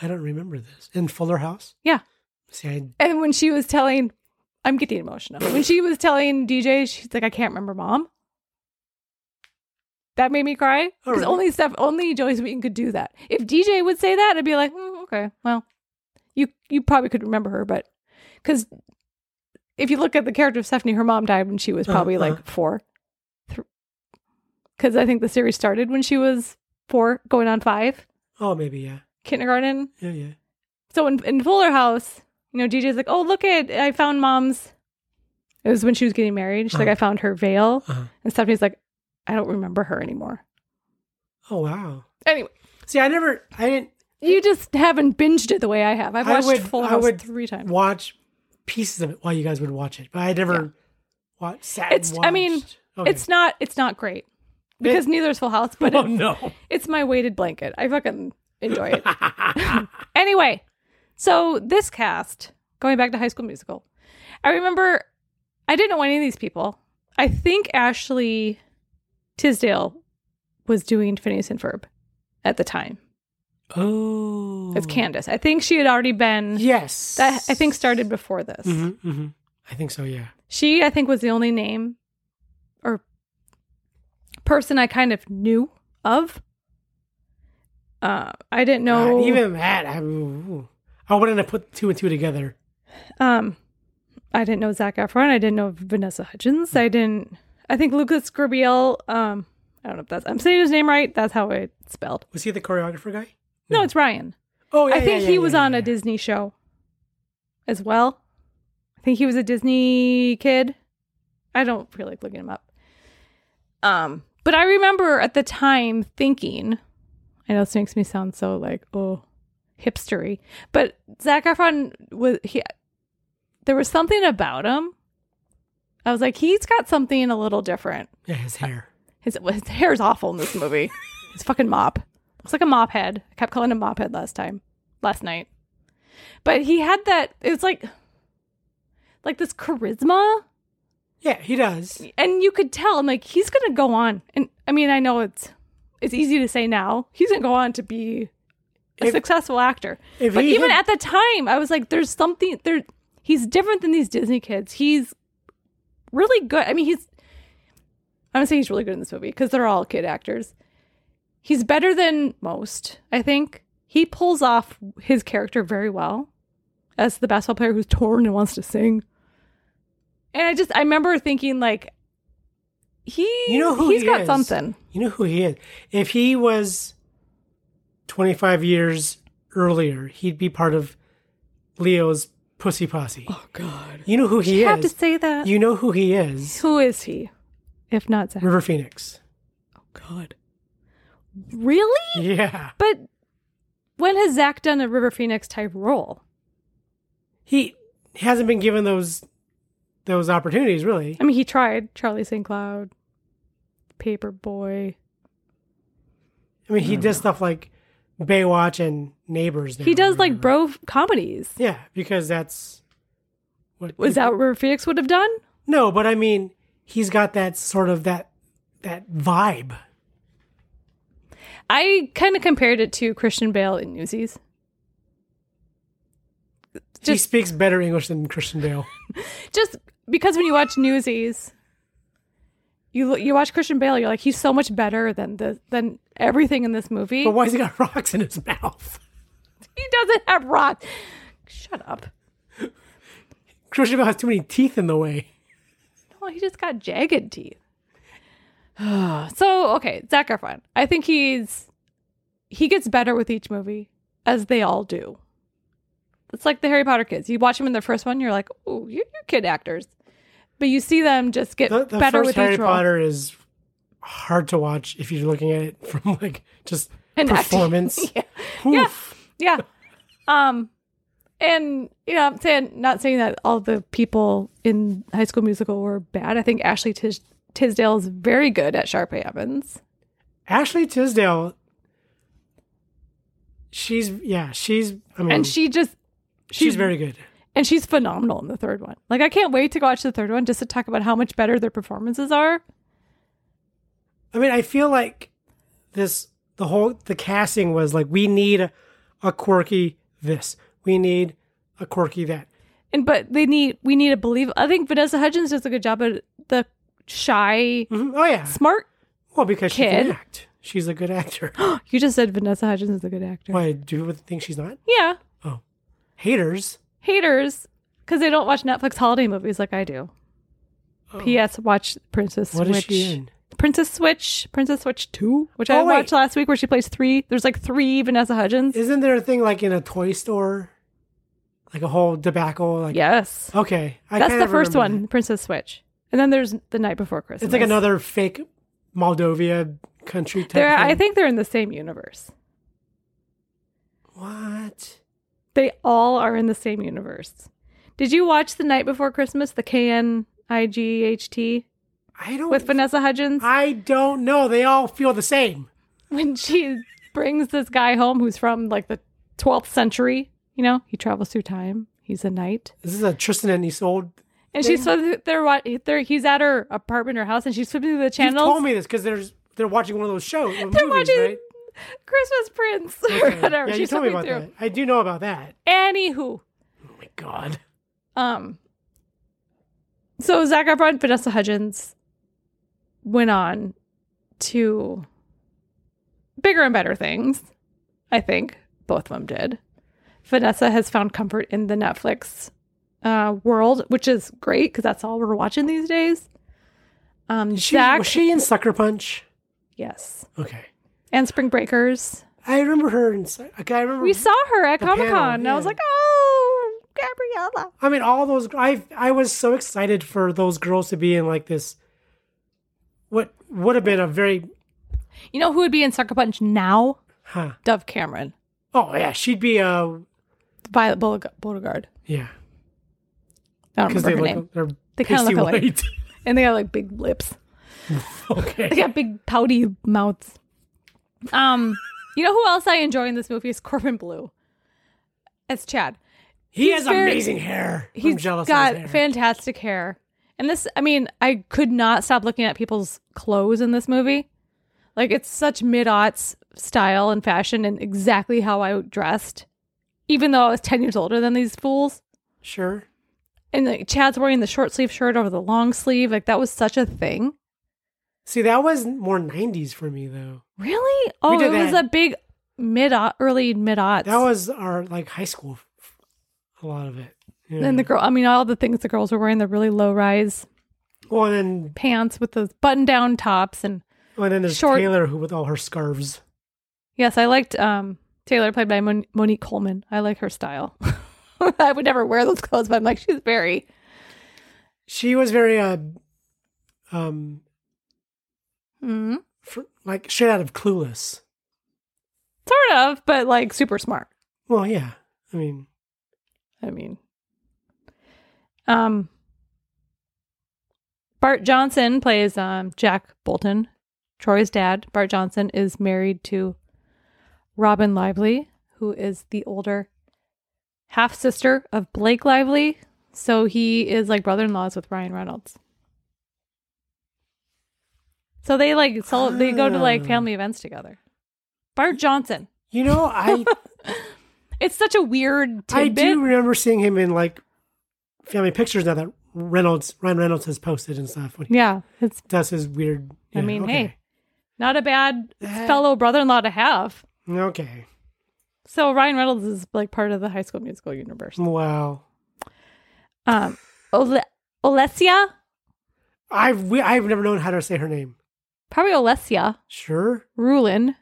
I don't remember this. In Fuller House?
Yeah,
See, I,
and when she was telling, I'm getting emotional. when she was telling DJ, she's like, I can't remember mom. That made me cry
Oh,
because
really?
only stuff, only Joey Sweeten could do that. If DJ would say that, I'd be like, "Mm, okay, well, you you probably could remember her, but because if you look at the character of Stephanie, her mom died when she was
Uh,
probably
uh.
like four. Because I think the series started when she was four, going on five,
oh, maybe, yeah.
kindergarten.
Yeah, yeah.
So in, in Fuller House, you know, DJ's like, oh, look at, I found mom's. It was when she was getting married. She's like,
Uh-huh.
I found her veil.
Uh-huh.
And Stephanie's like, I don't remember her anymore.
Oh, wow.
Anyway,
See, I never, I didn't
you just haven't binged it the way I have. I've
I
watched
would-
Fuller
I
House
would
three times.
watch pieces of it while you guys would watch it, but I never
Yeah.
watched, sat and
It's, I mean,
watched. Okay.
it's not, it's not great because neither is Full House, but
Oh,
it-
no.
it's my weighted blanket. I fucking enjoy it. anyway, so this cast, going back to High School Musical, I remember I didn't know any of these people. I think Ashley Tisdale was doing Phineas and Ferb at the time
Oh.
as Candace. I think she had already been,
Yes.
that I think started before this.
Mm-hmm, I think so. Yeah.
She, I think, was the only name or person I kind of knew of. Uh, I didn't know.
God, Ah, even that, I, ooh. Oh, I wouldn't have put two and two together.
Um, I didn't know Zach Efron. I didn't know Vanessa Hudgens. I didn't. I think Lucas Grabeel. Um, I don't know if that's. I'm saying his name right. That's how it's spelled.
Was he the choreographer guy?
No, it's Ryan.
Oh, yeah.
I think
yeah,
he
yeah,
was
yeah,
on
yeah.
a Disney show as well. I think he was a Disney kid. I don't feel like looking him up. Um, but I remember at the time thinking, I know this makes me sound so like oh hipstery, but Zach Efron was he. There was something about him. I was like, he's got something a little different.
Yeah, his hair.
His, his hair is awful in this movie. His fucking mop. Looks like a mop head. I kept calling him mop head last time, last night. But he had that. It was like, like this charisma,
Yeah, he does.
and you could tell. I'm like, he's gonna go on. And I mean, I know it's it's easy to say now. He's gonna go on to be a successful actor.
if
But
he
even
had-
at the time, I was like, "There's something there." He's different than these Disney kids. He's really good. I mean, he's. I don't say he's really good in this movie because they're all kid actors. He's better than most, I think. He pulls off his character very well as the basketball player who's torn and wants to sing. And I just I remember thinking like he
You know who
he's
he
got
is?
something.
You know who he is. If he was 25 years earlier, he'd be part of Leo's Pussy Posse.
Oh god.
You know who he
You have to
is.
say that.
You Oh, know who he is.
who is he? If not Zach.
River Phoenix.
God. Really?
Yeah.
But when has Zach done a River Phoenix type role?
He hasn't been given those those opportunities really.
I mean, he tried Charlie St. Cloud, Paperboy.
I mean, he does stuff like Baywatch and Neighbors. now,
He does
or
like
whatever.
bro f- comedies.
Yeah, because that's what
Was that what River Phoenix would have done?
No, but I mean, he's got that sort of that that vibe.
I kind of compared it to Christian Bale in Newsies.
he
Just-
speaks better English than Christian Bale.
Just because when you watch Newsies, you lo- you watch Christian Bale, you're like he's so much better than the than everything in this movie.
But why's he got rocks in his mouth?
he doesn't have rot. Shut up.
Christian Bale has too many teeth in the way.
Well, he just got jagged teeth. so okay, Zac Efron. I think he's he gets better with each movie, as they all do. It's like the Harry Potter kids. You watch them in the first one, you're like, "Oh, you're, you're kid actors," but you see them just get
The, the
better
first
with
Harry
each role.
Potter is hard to watch if you're looking at it from like just
And acting.
performance.
Yeah.
Oof.
Yeah. Um and you know, I'm saying not saying that all the people in High School Musical were bad. I think Ashley Tis- Tisdale is very good at Sharpay Evans.
Ashley Tisdale. She's yeah, she's I mean
And she just
Hmm. she's very good.
and she's phenomenal in the third one. Like I can't wait to go watch the third one just to talk about how much better their performances are.
I mean, I feel like this the whole the casting was like we need a, a quirky this. We need a quirky that.
And but they need we need to believe. I think Vanessa Hudgens does a good job at the shy,
Mhm. Oh yeah.
smart.
Well, because she can
Mm-hmm. Kid.
act. She's a good actor.
You just said Vanessa Hudgens is a good actor.
Why do people think she's not?
Yeah,
Haters.
haters because they don't watch Netflix holiday movies like I do. P.S. Watch Princess
Oh. What is
Switch.
she in?
Princess Switch, Princess Switch Two, which I
Oh, wait.
watched last week, where she plays three. There's like three Vanessa Hudgens.
Isn't there a thing like in a toy store, like a whole debacle? Like
yes,
okay, I
that's
kind
the
of
first
remember
one, Princess Switch, and then there's the night before Christmas.
that. It's like another fake Moldovia country. Type
They're, I
thing.
think they're in the same universe.
What?
They all are in the same universe. Did you watch the night before Christmas, the K N I G H T
I don't.
with Vanessa Hudgens
I don't know. They all feel the same.
when she brings this guy home who's from like the 12th century? You know, he travels through time. He's a knight.
This is a Tristan and Isolde.
And she's so they're what they're he's at her apartment or house and she's flipping through the
You
channels.
told me this because there's they're watching one of those shows. They're movies,
watching-
right?
Christmas Prince or whatever.
Yeah, you
she's
told me
flipping
about
through.
that. I do know about that.
Anywho.
Oh my god.
Um. So Zach Efron, Vanessa Hudgens went on to bigger and better things. I think both of them did. Vanessa has found comfort in the Netflix uh, world, which is great because that's all we're watching these days. Um,
She,
Zach,
was she in Sucker Punch?
yes,
Okay.
and Spring Breakers.
I remember her in. Su- Okay, I remember.
We saw her at
The panel,
Comic Con, and I was
yeah.
like, "Oh, Gabriella!"
I mean, all those. I I was so excited for those girls to be in like this. What would have been a very
You know who would be in Sucker Punch now?
huh?
Dove Cameron.
Oh yeah, she'd be uh
Violet Beaureg- Beauregard.
yeah
I don't
because
remember
they look
her name.
they're
They kinda
pasty
look alike.
white.
And they got like big lips. They
okay,
got big pouty mouths. Um, you know who else I enjoy in this movie is Corbin Blue as Chad.
he has
very-
amazing hair.
He's
I'm jealous
got
of his hair.
fantastic hair. And this, I mean, I could not stop looking at people's clothes in this movie. Like it's such mid aughts style and fashion and exactly how I dressed, even though I was 10 years older than these fools.
Sure.
And like, Chad's wearing the short sleeve shirt over the long sleeve. Like, that was such a thing.
See, that was more 90s for me, though.
Really? Oh,
did
it was
that.
a big mid early mid aughts.
That was our, like, high school, f- a lot of it. Yeah.
And the girl, I mean, all the things the girls were wearing the really low rise
Well, and then,
pants with those button down tops. And
well, and then there's
Short-
Taylor who with all her scarves.
yes, I liked um, Taylor, played by Mon- Monique Coleman. I like her style. I would never wear those clothes, but I'm like, she's very.
She was very, uh, um,
Mm,
fr- like, shit out of Clueless.
sort of, but like super smart.
Well, yeah. I mean,
I mean, um, Bart Johnson plays um, Jack Bolton, Troy's dad. Bart Johnson is married to Robin Lively, who is the older half sister of Blake Lively. So he is like brother in laws with Ryan Reynolds. So they like so they go to like
Ah.
family events together. Bart Johnson.
you know, I
It's such a weird
I
tidbit.
do remember seeing him in like family pictures now that Reynolds Ryan Reynolds has posted and stuff when he
yeah, it's
does his weird.
I
yeah,
mean,
okay.
not a bad
That-
fellow brother-in-law to have.
hey, okay,
So Ryan Reynolds is like part of the High School Musical universe.
wow.
Um, Ole- Olesia,
I've we, I've never known how to say her name.
probably Olesia
Sure,
Rulin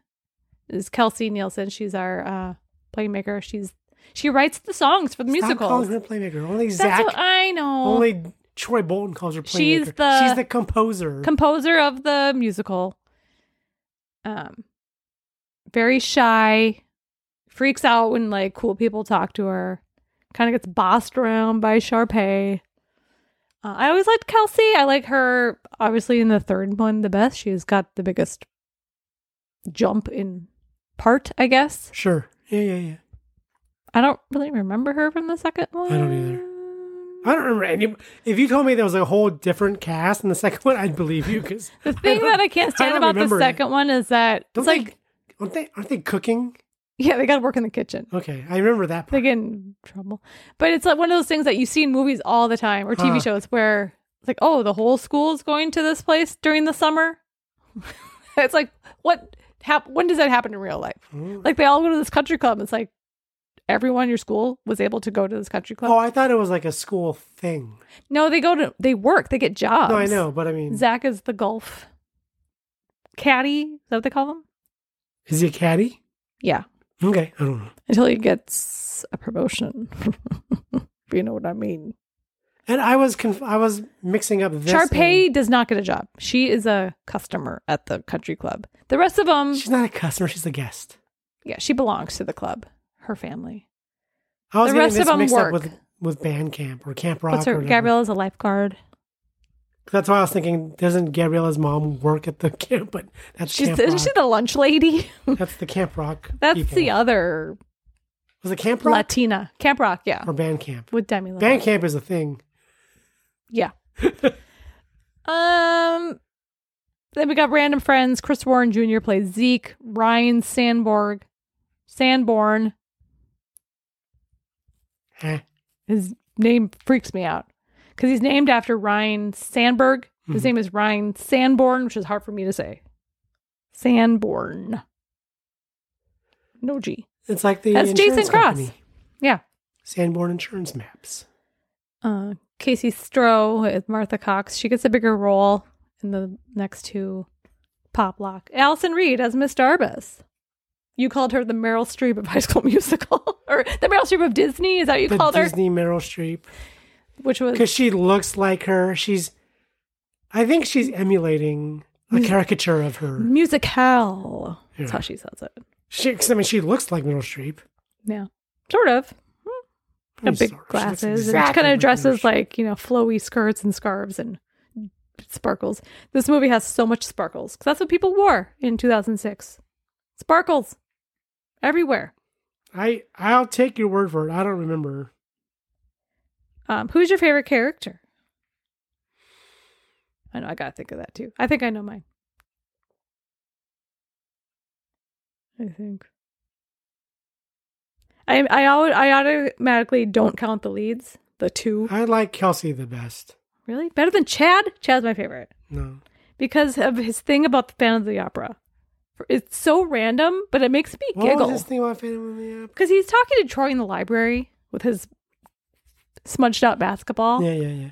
is Kelsey Nielsen. She's our uh, playmaker. She's she writes the songs for the
Stop calling
musicals.
her playmaker. Only
That's
Zach.
what I know.
only Troy Bolton calls her playmaker.
She's the-
she's the composer.
composer of the musical. Um, very shy, freaks out when like cool people talk to her. Kind of gets bossed around by Sharpay. Uh, I always liked Kelsey. I like her obviously in the third one the best. She's got the biggest jump in part, I guess.
sure. Yeah, yeah, yeah.
I don't really remember her from the second one.
I don't either. I don't remember any. If you told me there was a whole different cast in the second one, I'd believe you. Because
The thing that I can't stand about the second one is that
don't
it's
they,
like,
aren't they aren't they cooking?
yeah, they got to work in the kitchen.
Okay, I remember that. Part.
they get in trouble. But it's like one of those things that you see in movies all the time or TV
Huh.
shows where it's like, oh, the whole school is going to this place during the summer. it's like, what? Hap- when does that happen in real life?
Hmm.
Like they all go to this country club. It's like everyone in your school was able to go to this country club.
Oh, I thought it was like a school thing.
no, they go to they work. They get jobs.
No, I know, but I mean,
Zach is the golf caddy. Is that what they call him?
is he a caddy?
Yeah.
Okay, I don't know.
Until he gets a promotion. if you know what I mean.
And I was conf- I was mixing up this.
Sharpay
and-
does not get a job. She is a customer at the country club. The rest of them,
She's not a customer. She's a guest.
yeah, she belongs to the club, her family.
I was
The
getting
rest
this
of 'em
mixed
work.
up with with band camp or camp rock.
What's
or
her?
whatever.
Gabrielle is a lifeguard.
That's why I was thinking. Doesn't Gabriella's mom work at the camp? But that's
She's
camp
isn't
rock.
she the lunch lady?
that's the camp rock.
That's
people.
the uh, other
was it camp rock
Latina Camp Rock, yeah,
or band camp?
with Demi Lovato.
Band camp is a thing.
Yeah. um. Then we got random friends. Chris Warren Jr. plays Zeke. Ryan Sandborg, Sanborn.
Huh.
His name freaks me out because he's named after Ryan Sandberg. His
Mhm.
name is Ryan Sanborn, which is hard for me to say. Sanborn. No G.
It's like the
That's Jason
insurance
Cross.
company.
Yeah.
Sanborn Insurance Maps.
Uh, Casey Stroh is Martha Cox. She gets a bigger role in the next two pop lock. Allison Reed as Miss Darbus. You called her the Meryl Streep of High School Musical, or the Meryl Streep of Disney. Is that what you
the
called
Disney Meryl Streep.
her? Which was
because she looks like her. She's, I think she's emulating
Mm.
a caricature of her.
musical. That's
Yeah.
how she says it.
She, 'cause, I mean, she looks like Meryl Streep.
Yeah, sort of.
I
And
mean, sort of.
big
She looks
glasses, and she
exactly
kind of
like
dresses
Meryl Streep.
like you know flowy skirts and scarves and sparkles. This movie has so much sparkles 'cause that's what people wore in 2006. Sparkles everywhere.
I I'll take your word for it. I don't remember.
Um, who's your favorite character? I know I gotta think of that too. I think I know mine. I think. I I al- I automatically don't count the leads. The two
I like Kelsey the best.
really better than Chad. Chad's my favorite
No.
because of his thing about the Phantom of the Opera. It's so random, but it makes me
What was
giggle
this thing about Phantom of the Opera?
because he's talking to Troy in the library with his smudged out basketball,
Yeah, yeah, yeah.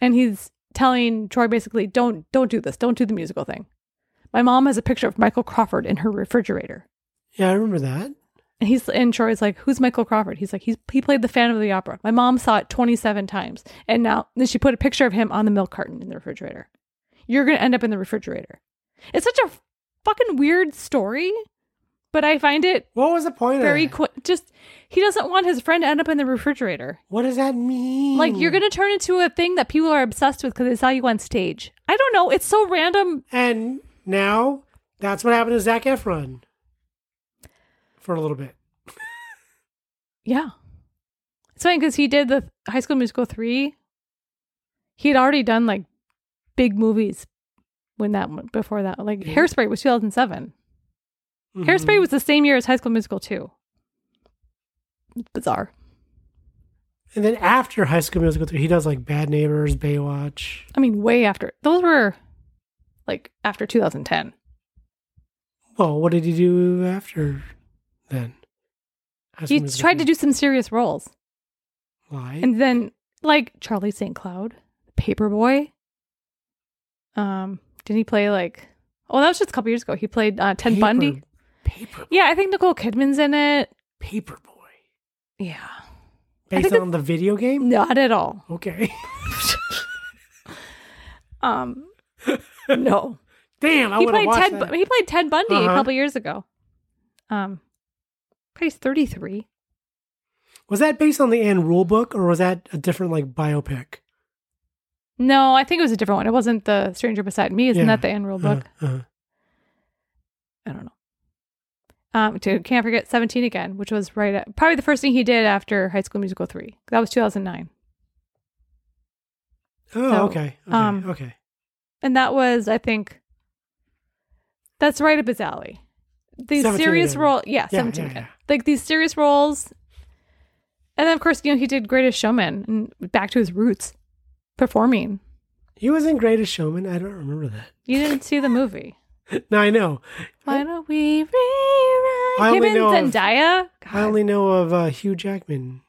and he's telling Troy basically, "Don't don't do this. Don't do the musical thing." My mom has a picture of Michael Crawford in her refrigerator.
Yeah, I remember that.
And he's and Troy's like, "Who's Michael Crawford?" He's like, "He's he played the Phantom of the Opera." My mom saw it twenty seven times, and now then she put a picture of him on the milk carton in the refrigerator. You're gonna end up in the refrigerator. It's such a fucking weird story, but I find it
What was the point
very
of that?
qu- just he doesn't want his friend to end up in the refrigerator.
What does that mean?
Like you're gonna turn into a thing that people are obsessed with because they saw you on stage. I don't know. It's so random.
And now that's what happened to Zach Efron for a little bit.
Yeah. It's funny because he did the High School Musical 3. He had already done like big movies when that one, before that. Like
Yeah.
Hairspray was 2007. Hairspray
Mm-hmm.
was the same year as High School Musical 2. It's bizarre.
And then after High School Musical 3, he does like Bad Neighbors, Baywatch.
I mean, way after. Those were like after 2010.
Well, what did he do after then? High School
He
Musical
tried to
3.
do some serious roles.
Lie.
And then like Charlie St. Cloud, Paperboy. Um, did he play like Oh, that was just a couple years ago. He played uh, Ted
Paper-
Bundy.
Paper,
Yeah, I think Nicole Kidman's in it.
paper Boy.
Yeah. think
Based
it's-
on the video game?
Not at all.
Okay.
Um No.
Damn, I
he
would have
played
watched
Ted
that.
Bu- he played Ted Bundy a
Uh-huh.
couple years ago. Um but he's 33.
Was that based on the Anne Rule book or was that a different like biopic?
No, I think it was a different one. It wasn't the Stranger Beside Me. Isn't
Yeah.
that the Anne Rule
Uh,
book?
uh.
I don't know. Um, dude, can't forget 17 again, which was right at, probably the first thing he did after High School Musical 3. That was 2009.
Oh,
So,
okay. Okay.
um,
okay.
And that was, I think, that's right up his alley. These
17
serious
again.
role, yeah,
Yeah,
17
yeah,
again.
yeah.
Like these serious roles. And then, of course, you know, he did Greatest Showman and back to his roots performing.
He was in Greatest Showman. I don't remember that.
You didn't see the movie.
No, I know.
Why don't we rewrite
I
him
only
and
know of-
Zendaya?
I
God.
only know of uh, Hugh Jackman.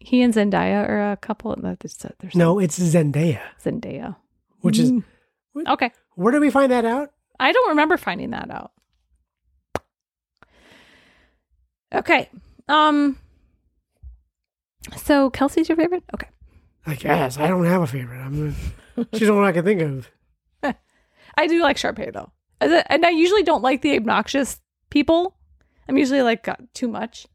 he and Zendaya are a couple. No, there's, there's
No, it's Zendaya,
Zendaya.
which
Mm.
is
Okay.
where did we find that out?
I don't remember finding that out. Okay. Um so Kelsey's your favorite? Okay.
I guess I don't have a favorite. I'm. She's the one I can think of.
I do like Sharpay though. As a- And I usually don't like the obnoxious people. I'm usually like got too much.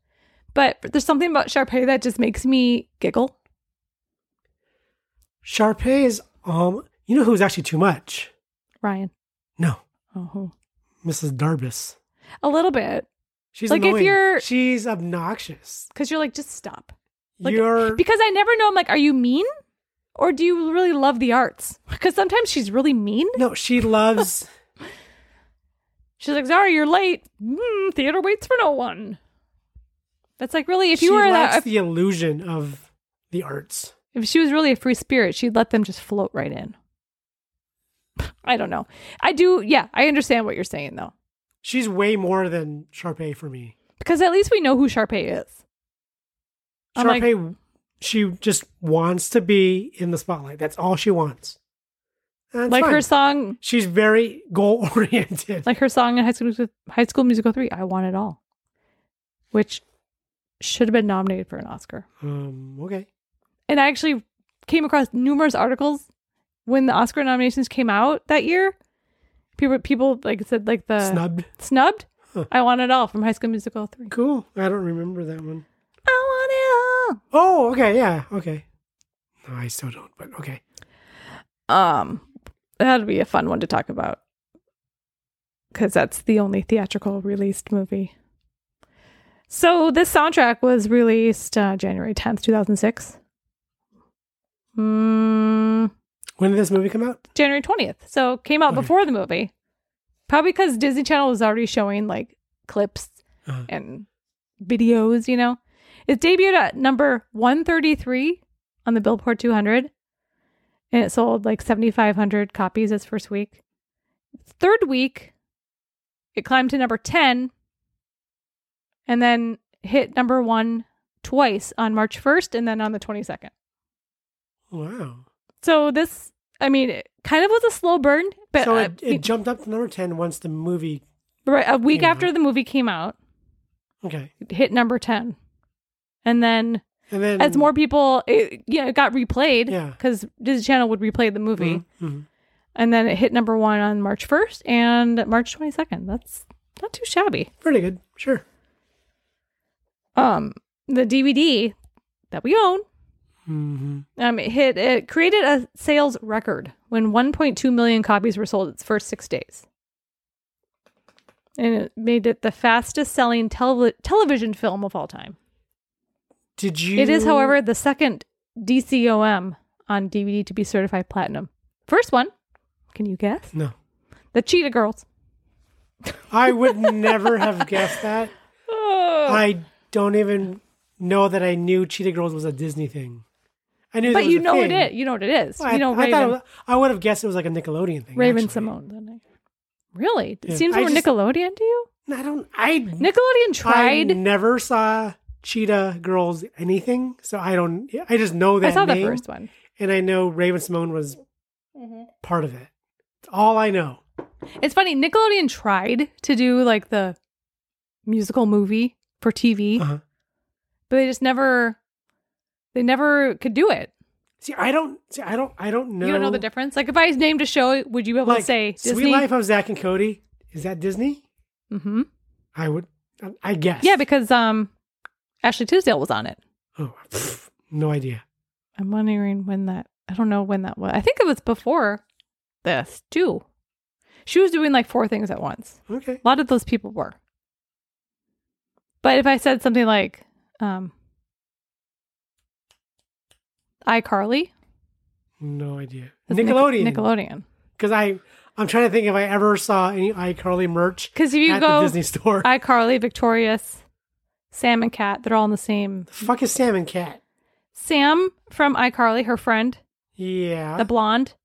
But there's something about Sharpay that just makes me giggle.
Sharpay is um. You know who's actually too much?
Ryan.
No,
Oh.
Mrs. Darbus.
A little bit
She's
Like, if
annoying.
you're-
she's obnoxious.
cuz you're like just stop. Like,
you're
Because I never know I'm like are you mean or do you really love the arts? Cuz sometimes she's really mean.
no. She loves.
She's like, Zara, you're late. Mm, theater waits for no one. That's like really, if
she
you were
likes
that,
the illusion of the arts.
if she was really a free spirit, she'd let them just float right in. I don't know. I do. Yeah, I understand what you're saying though,
She's way more than Sharpay for me.
because at least we know who Sharpay is. I'm like-
Sharpay, she just wants to be in the spotlight. That's all she wants. And it's
like
fine.
her song,
she's very goal oriented.
like her song in High School Musical, High School Musical three. I want it all, which should have been nominated for an Oscar.
um, okay,
and I actually came across numerous articles when the Oscar nominations came out that year. People, people like said like the
snubbed.
snubbed.
Huh.
I want it all from High School Musical three.
Cool. I don't remember that one.
I want
Oh, okay, yeah, okay. No, I still don't. But okay,
it all. Um, that'd be a fun one to talk about because that's the only theatrical released movie. So this soundtrack was released uh, January tenth, two thousand six. Hmm.
when did this movie come out?
January 20th. So it came out
Okay.
before the movie. Probably because Disney Channel was already showing like clips
Uh-huh.
and videos, you know. It debuted at number 133 on the Billboard 200 and it sold like 7,500 copies its first week. Third week, it climbed to number 10 and then hit number one twice on March 1st and then on the 22nd.
Wow.
So this, I mean, it kind of was a slow burn, but
so
uh,
it, it jumped up to number 10 once the movie.
right, a week
Yeah.
after the movie came out,
Okay.
it hit number 10. And then
And then.
as more people, it, yeah, it got replayed
Yeah.
because Disney Channel would replay the movie.
Mhm.
And then it hit number one on March 1st and March 22nd. That's not too shabby.
Pretty good. Sure.
Um, the DVD that we own
hmm
Um, it hit it created a sales record when 1.2 million copies were sold its first six days, and it made it the fastest selling tele- television film of all time.
Did you.
It is, however, the second DCOM on DVD to be certified platinum. First one, can you guess?
No.
The Cheetah Girls.
I would never have guessed that. I don't even know that I knew Cheetah Girls was a Disney thing. I knew, that
but
was
you
a
know
thing.
it is. You know what it is.
I,
you know
I
Raven,
thought it was- I would have guessed it was like a Nickelodeon thing.
Raven
actually.
Simone. don't I? Really? It
Yeah.
seems
I
more
just-
Nickelodeon to you.
I don't. I
Nickelodeon tried.
I never saw Cheetah Girls anything, so I don't. I just know that
I saw
name,
the first one. Mm-hmm.
and I know Raven Simone was part of it. It's all I know.
It's funny. Nickelodeon tried to do like the musical movie for TV,
Uh-huh.
but they just never, they never could do it.
See, I don't. See, I don't. I don't know.
You don't know the difference. Like if I named a show, would you be able
Like
to say
Sweet
Disney?
Life of Zach and Cody is that Disney?
hmm
I would. I- I guess.
Yeah, because um, Ashley Tisdale was on it.
oh, pff, no idea.
I'm wondering when that. I don't know when that was. I think it was before this too. She was doing like four things at once.
Okay.
A lot of those people were. But if I said something like um, iCarly,
No idea.
that's Nic-
Nickelodeon.
Nickelodeon.
Because I, I'm trying to think if I ever saw any iCarly merch
'Cause if you
at
go-
the Disney store.
iCarly, Victorious, Sam and Cat, they're all in the same.
Fuck is Salmon Cat?
Sam from iCarly, her friend,
Yeah.
the blonde,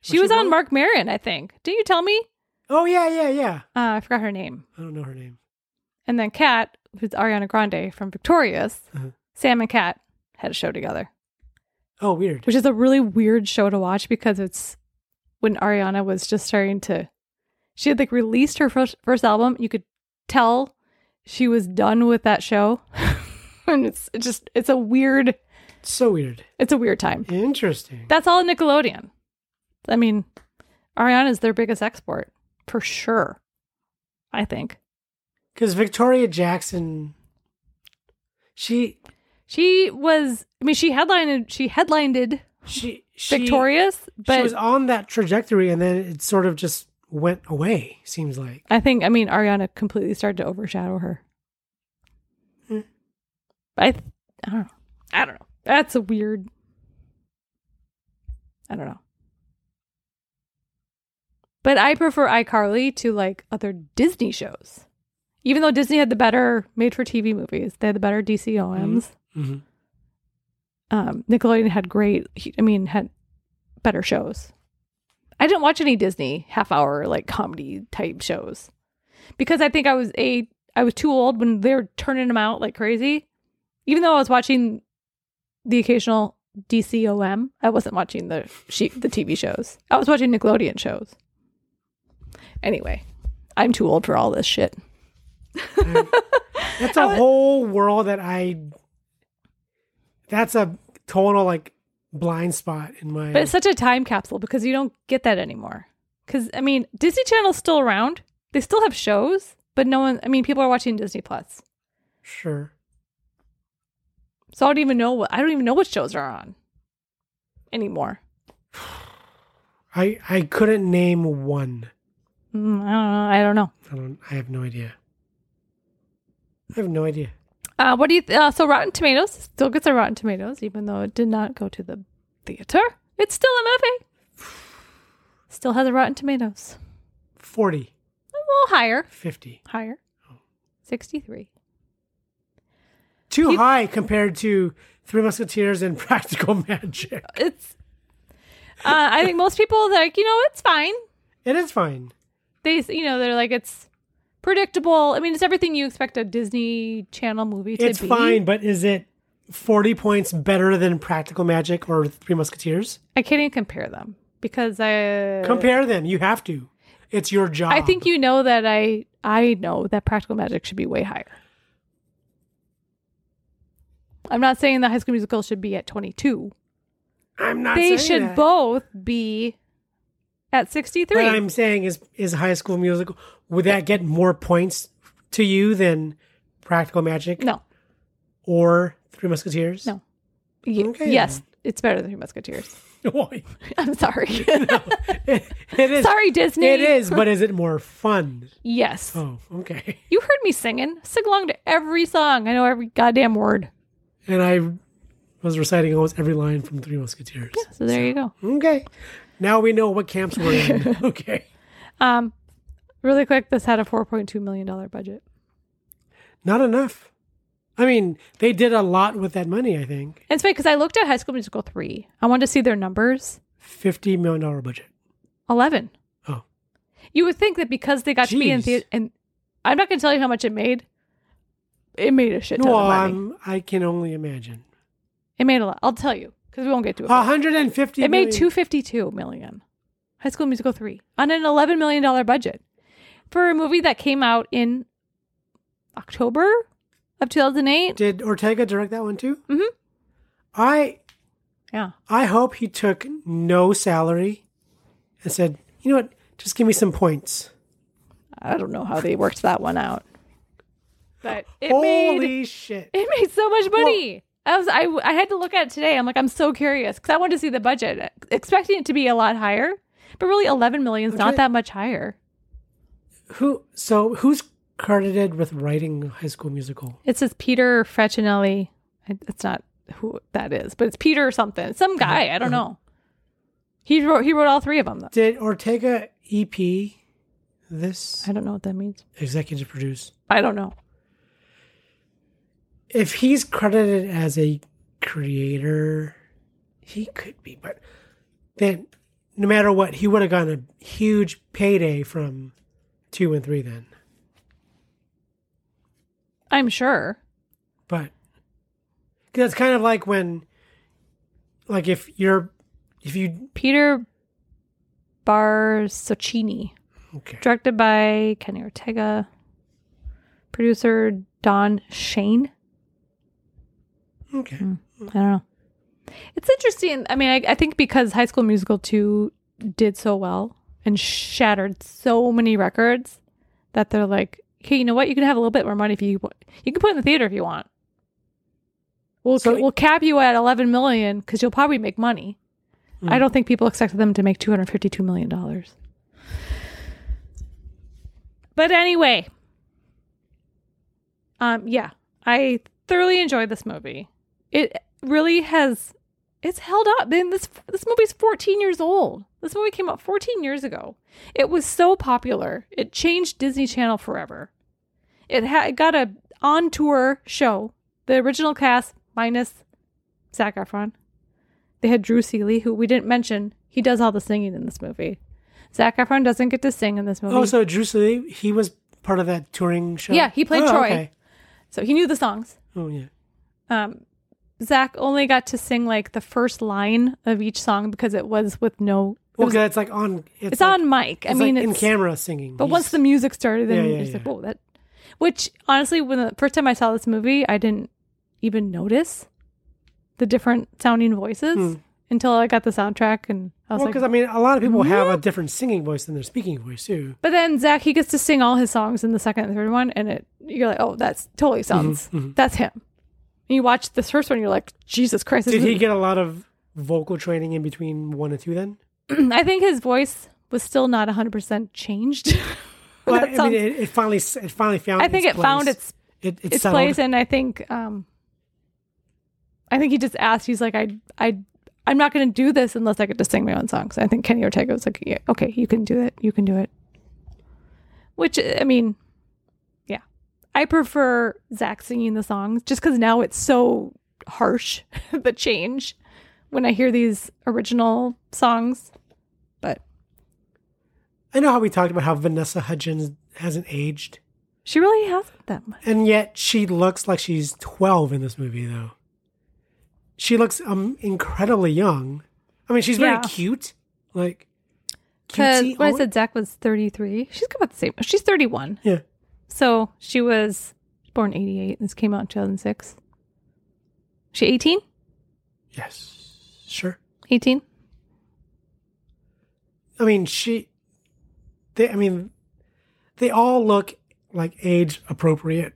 she
she
was on
blonde?
Mark Maron, I think. Didn't you tell me?
oh yeah, yeah, yeah.
Uh, I forgot her name.
I don't know her name.
And then Kat, who's Ariana Grande from Victorious,
Uh-huh.
Sam and Kat had a show together.
Oh, weird.
which is a really weird show to watch because it's when Ariana was just starting to she had like released her first, first album you could tell she was done with that show and it's it's just it's a weird
So weird.
it's a weird time
Interesting.
that's all Nickelodeon I mean Ariana's their biggest export for sure I think
Because Victoria Jackson, she,
she was I mean she headlined she headlined
she, she
Victorious
she
but
was on that trajectory, and then it sort of just went away. Seems like.
I think I mean Ariana completely started to overshadow her.
Hmm.
I th- I don't know. I don't know. That's a weird. I don't know. But I prefer iCarly to like other Disney shows. Even though Disney had the better made for TV movies, they had the better DCOMs.
Mm-hmm.
Um, Nickelodeon had great, I mean, had better shows. I didn't watch any Disney half hour like comedy type shows because I think I was a I was too old when they were turning them out like crazy. Even though I was watching the occasional DCOM, I wasn't watching the she, the TV shows. I was watching Nickelodeon shows. Anyway, I'm too old for all this shit.
That's a whole world that I. That's a total like blind spot in my.
But it's such a time capsule because you don't get that anymore. Because I mean, Disney Channel's still around. They still have shows, but no one. I mean, people are watching Disney Plus,
sure.
so I don't even know what I don't even know what shows are on anymore.
I I couldn't name one.
Mm, I don't know.
I
I don't know.
don't. I have no idea. I have no idea.
Uh, what do you? Th- uh, so Rotten Tomatoes still gets a Rotten Tomatoes, even though it did not go to the theater. It's still a movie. Still has a Rotten Tomatoes.
40,
A little higher,
50.
higher. 63.
Too high compared to Three Musketeers and Practical Magic.
It's. Uh, I think most people they're like you know it's fine.
It is fine.
They you know they're like it's predictable. I mean it's everything you expect a Disney Channel movie to
It's
be.
fine, but is it 40 points better than Practical Magic or Three Musketeers?
I can't even compare them because I
Compare Ah. them. You have to. It's your job.
I think you know that I I know that Practical Magic should be way higher. I'm not saying that High School Musical should be at 22.
I'm not
they
saying
should
that.
both be at 63.
What I'm saying is, is High School Musical would that get more points to you than Practical Magic
no.
or Three Musketeers?
No. Ye-
Okay,
Yes, it's better than Three Musketeers.
Why?
I'm sorry.
it is.
sorry, Disney.
It is, but is it more fun?
Yes.
Oh, okay.
You heard me singing. Sing along to every song. I know every goddamn word.
And I was reciting almost every line from Three Musketeers.
So there you go.
Okay. Now we know what camps we're in. okay.
Um, really quick, this had a $4.2 million budget.
Not enough. I mean, they did a lot with that money, I think.
And it's funny because I looked at High School Musical 3. I wanted to see their numbers.
$50 million budget.
11.
Oh.
You would think that because they got to be in
Jeez.
theater, and I'm not going to tell you how much it made. It made a shit ton
No,
of money.
um, I can only imagine.
It made a lot. I'll tell you because we won't get to it.
150
it made
million.
252 million. High School Musical 3 on an 11 million dollar budget for a movie that came out in October of 2008.
Did Ortega direct that one too? Mm-hmm. I
Yeah.
I hope he took no salary and said, you know what, just give me some points.
I don't know how they worked that one out. But it
Holy
made
shit.
It made so much money. I was I, I had to look at it today. I'm like I'm so curious because I wanted to see the budget, expecting it to be a lot higher, but really 11 million is not
Okay.
that much higher.
Who so who's credited with writing High School Musical?
It says Peter Fracinelli. I- It's not who that is, but it's Peter or something. Some guy I don't know. He wrote he wrote all three of them though.
Did Ortega EP this
I don't know what that means.
executive produce?
I don't know.
If he's credited as a creator, he could be, but then no matter what, he would have gotten a huge payday from two and three then.
I'm sure.
but 'cause it's kind of like when like if you're if you
Peter Barsocchini.
okay
directed by Kenny Ortega, producer Don Shane.
okay
I don't know. It's interesting. I mean, I, I think because High School Musical 2 did so well and shattered so many records that they're like, hey, you know what? You can have a little bit more money if you wa- you can put it in the theater if you want. We'll,
So-
we'll cap you at 11 million because you'll probably make money. I don't think people expected them to make $252 million. But anyway, um, yeah, I thoroughly enjoyed this movie. It really has it's held up. Then this this movie's 14 years old. This movie came out 14 years ago. It was so popular. It changed Disney Channel forever. It, ha- it got a on tour show. The original cast minus Zac Efron. They had Drew Seeley, who we didn't mention. He does all the singing in this movie. Zac Efron doesn't get to sing in this movie.
oh so drew Lee, he was part of that touring show
Yeah, he played
Oh,
Troy.
okay.
so he knew the songs.
oh yeah
um, Zach only got to sing like the first line of each song because it was with no. It
well
was,
'cause it's like on it's,
it's
like-
on mic. I
it's
mean,
like in
it's,
camera singing
but once the music started, then
Yeah, yeah,
it's like,
yeah.
whoa, that. Which honestly, when the first time I saw this movie, I didn't even notice the different sounding voices until I got the soundtrack, and I was
because
like,
Hmm. i mean a lot of people have a different singing voice than their speaking voice too
But then Zach, he gets to sing all his songs in the second and third one, and it you're like, oh, that's
Mm-hmm,
totally sounds that's him. And you watch this first one, you're like, Jesus Christ! this
did
is-
he get a lot of vocal training in between one and two then
I think his voice was still not 100% changed.
but
That
i
sounds-
mean it, it finally s- it finally found
I think
its
it found
place.
its
it, it
its
settled.
place and I think um I think he just asked he's like I I I'm not going to do this unless I get to sing my own songs. I think Kenny Ortega was like, yeah, okay, you can do it. You can do it. Which I mean, yeah. I prefer Zach singing the songs just because now it's so harsh, the change when I hear these original songs. But
I know how we talked about how Vanessa Hudgens hasn't aged,
she really hasn't that much.
and yet she looks like she's 12 in this movie, though. She looks um incredibly young. I mean, she's very
Yeah.
cute. Like,
Because
cutesy
when I
own-
said Zach was 33, she's about the same. She's 31.
yeah.
So she was born 88. This came out in 2006. She 18?
Yes. Sure.
18?
I mean, she. They, I mean, they all look like age appropriate.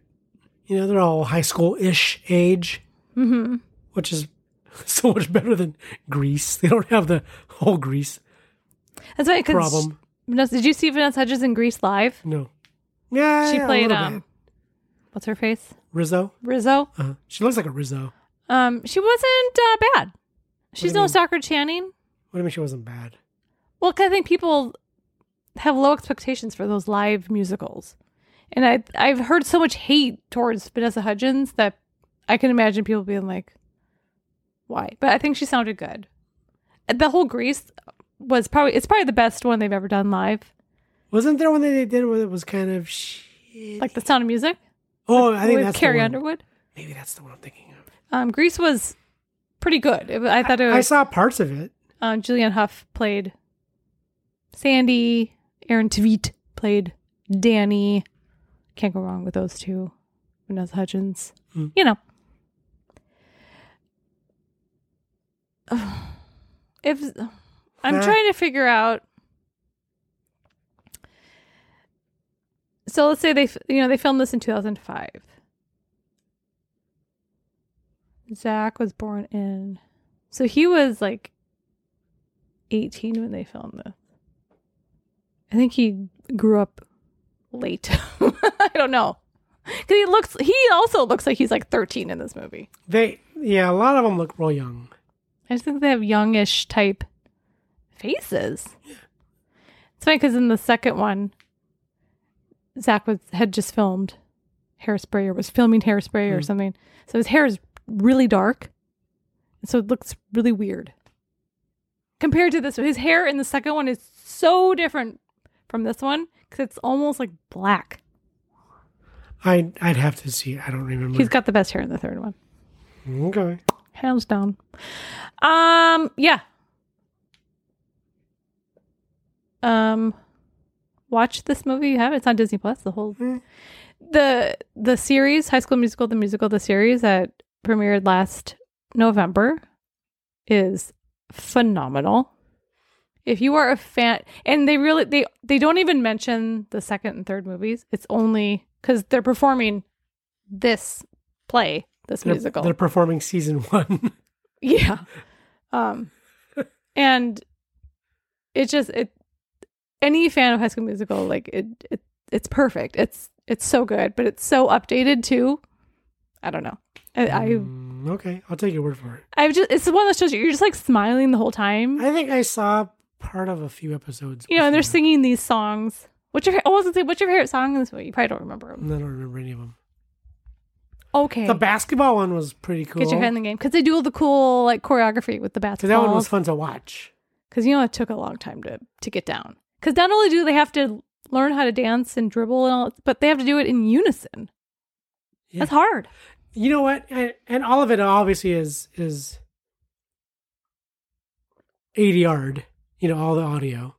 You know, they're all high school ish age,
Mm-hmm.
which is so much better than Greece. They don't have the whole Greece
That's right. Cause
problem.
Vanessa, did you see Vanessa Hudgens in Grease live?
No. Yeah,
She
yeah, a
played
little
um,
bit.
what's her face?
Rizzo.
Rizzo.
Uh, she looks like a Rizzo.
Um, she wasn't uh, bad. She's
do you
no
mean?
Soccer Channing.
What do you mean she wasn't bad?
Well, 'cause I think people have low expectations for those live musicals, and I I've heard so much hate towards Vanessa Hudgens that I can imagine people being like, "Why?" But I think she sounded good. The whole Grease was probably it's probably the best one they've ever done live,
Wasn't there one that they did where it was kind of shit?
like The Sound of Music.
oh, I think
with
that's
Carrie
the one.
Underwood.
Maybe that's the one I'm thinking of.
Um, Grease was pretty good. It, I thought it
I
was
saw parts of it.
um, Julianne Huff played Sandy. Aaron Tveit played Danny. Can't go wrong with those two. Vanessa Hudgens.
Hmm.
You know. If I'm
Huh?
trying to figure out So let's say they f- you know they filmed this in 2005. Zach was born in so he was like 18 when they filmed this. I think he grew up late. I don't know. Cause he looks he also looks like he's like 13 in this movie.
They, yeah, a lot of them look real young.
I just think they have youngish type faces. It's funny because in the second one, Zach was had just filmed hairspray or was filming hairspray or
Mm.
something, so his hair is really dark, and so it looks really weird compared to this. His hair in the second one is so different from this one because it's almost like black.
I, I'd have to see. I don't remember.
He's got the best hair in the third one.
okay.
hands down. Um, yeah. Um, watch this movie. You have it. it's on Disney Plus. The whole
Hmm.
the the series, High School Musical, the musical, the series that premiered last November, is phenomenal. If you are a fan, and they really they they don't even mention the second and third movies. It's only because they're performing this play, this
They're,
musical.
they're performing season one.
Yeah. Um and it just it any fan of High School Musical like it, it it's perfect. It's it's so good, but it's so updated too. I don't know. I,
Mm, okay, I'll take your word for it.
I I've just it's one of those shows you're just like smiling the whole time.
I think I saw part of a few episodes.
you know, and they're
with
singing these songs. What's your fa- I wasn't saying what's your favorite song in this movie? You probably don't remember. 'em.
I don't remember any of them.
Okay.
The basketball one was pretty cool.
Get your head in the game because they do all the cool like choreography with the
Because
basketball.
that one was fun to watch.
because you know it took a long time to to get down. Because not only do they have to learn how to dance and dribble and all, but they have to do it in unison.
Yeah.
That's hard.
You know what? And, and all of it obviously is is eighty yard. You know, all the audio.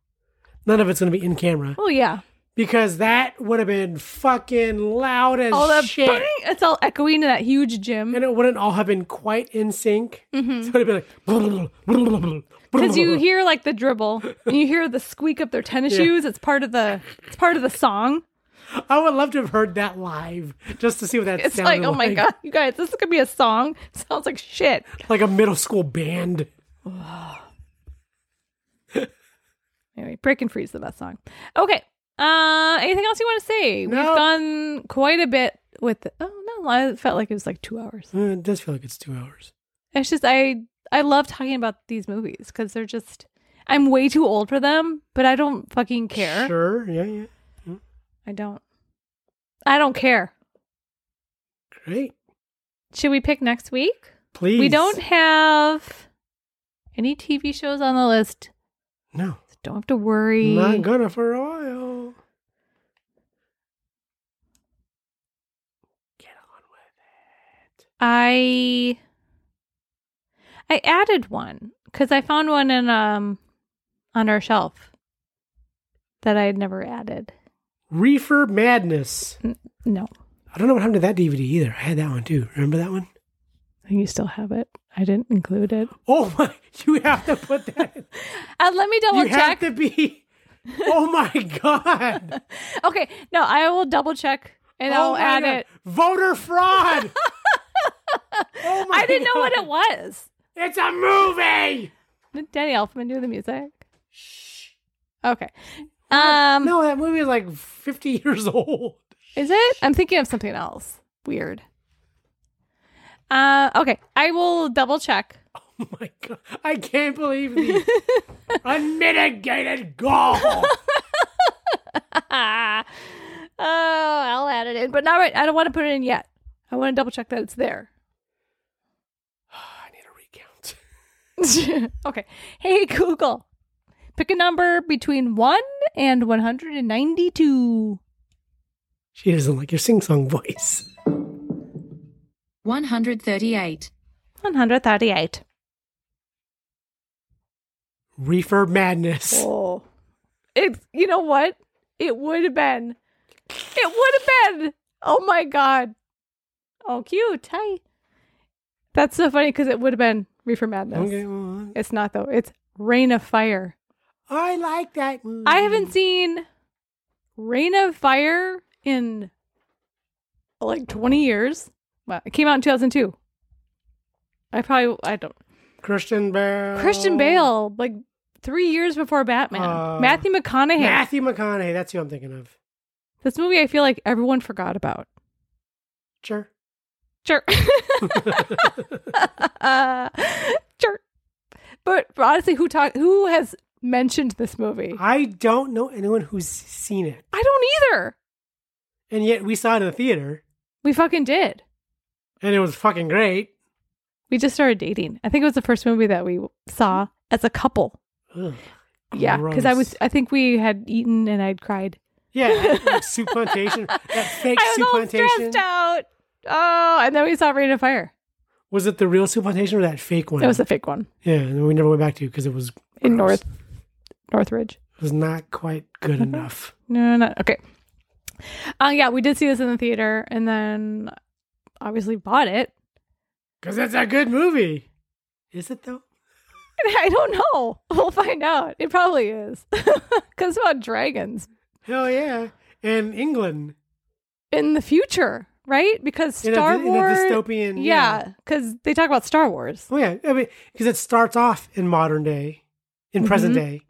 None of it's going to be in camera
Oh yeah,
because that would have been fucking loud as
all that
shit,
bang, it's all echoing to that huge gym
and it wouldn't all have been quite in sync. So it would have been like
Mm-hmm. because you hear like the dribble and you hear the squeak of their tennis
Yeah.
shoes. It's part of the it's part of the song.
I would love to have heard that live just to see what that
It's
sounded
like oh my god, you guys, this is gonna be a song. Sounds like shit.
Like a middle school band.
Anyway, Break and Freeze is the best song. Okay. Uh, anything else you want to say?
No.
We've gone quite a bit with. Oh no, I felt like it was like two hours.
Uh, It does feel like it's two hours.
It's just I I love talking about these movies because they're just I'm way too old for them, but I don't fucking care.
Sure. Yeah, yeah.
I don't. I don't care.
Great.
Should we pick next week?
Please.
We don't have any TV shows on the list.
No.
So don't have to worry.
Not gonna for a while. Get on with
I I added one because I found one in um on our shelf that I had never added.
it. Reefer Madness.
No,
I don't know what happened to that DVD either. I had that one too. Remember that one?
you still have it. I didn't include it.
Oh my! You have to put that. In.
Uh, let me double
you have
check.
to be. Oh my god!
Okay, no, I will double check and
oh
I'll
my
add
God.
it.
Voter fraud. oh my!
I didn't know what
God.
it was.
It's a movie.
Did Danny Elfman do the music? Okay. Um,
No, that movie is like fifty years old.
Is it? I'm thinking of something else. Weird. Uh, okay, I will double check.
Oh my god! I can't believe the unmitigated gall.
Ah. oh, I'll add it in, but not right. I don't want to put it in yet. I want to double check that it's there.
I need a recount.
okay. Hey Google, pick a number between one and one hundred and ninety-two.
She doesn't like your sing-song voice.
138.
One hundred thirty-eight.
Reefer Madness.
Oh, it's you know what? It would have been. It would have been. Oh my god. Oh, cute. Hi. That's so funny because it would have been Reefer Madness.
Okay, well,
It's not though. It's Rain of Fire.
I like that movie.
I haven't seen Rain of Fire in like 20 years. Well, it came out in 2002. I probably I don't
Christian Bale.
Christian Bale like three years before Batman.
Uh,
Matthew McConaughey.
Matthew McConaughey. That's who I'm thinking of.
This movie I feel like everyone forgot about.
Sure.
Sure. sure. But honestly, who talk who has mentioned this movie?
I don't know anyone who's seen it,
I don't either.
and yet we saw it in the theater,
We fucking did.
and it was fucking great.
We just started dating. I think it was the first movie that we saw as a couple.
Ugh,
Yeah, because I
gross.
was. I think we had eaten and I'd cried.
yeah, like soup plantation, that fake
I
soup
was all
plantation.
stressed out. Oh, and then we saw Rain of Fire.
Was it the real soup plantation or that fake one?
That was a fake one
yeah, and we never went back to because it was
in
gross.
North Mm-hmm. Northridge.
It was not quite good enough.
No, no, no. Okay. Uh, yeah, we did see this in the theater, and then obviously bought it.
Because it's a good movie. Is it though?
I don't know. We'll find out. It probably is because about dragons
Hell yeah! And England
in the future, right? Because
in a
Star
dy- in a,
Wars.
dystopian.
yeah, because they talk about Star Wars,
Oh yeah, I mean, because it starts off in modern day, in present
Mhm.
day,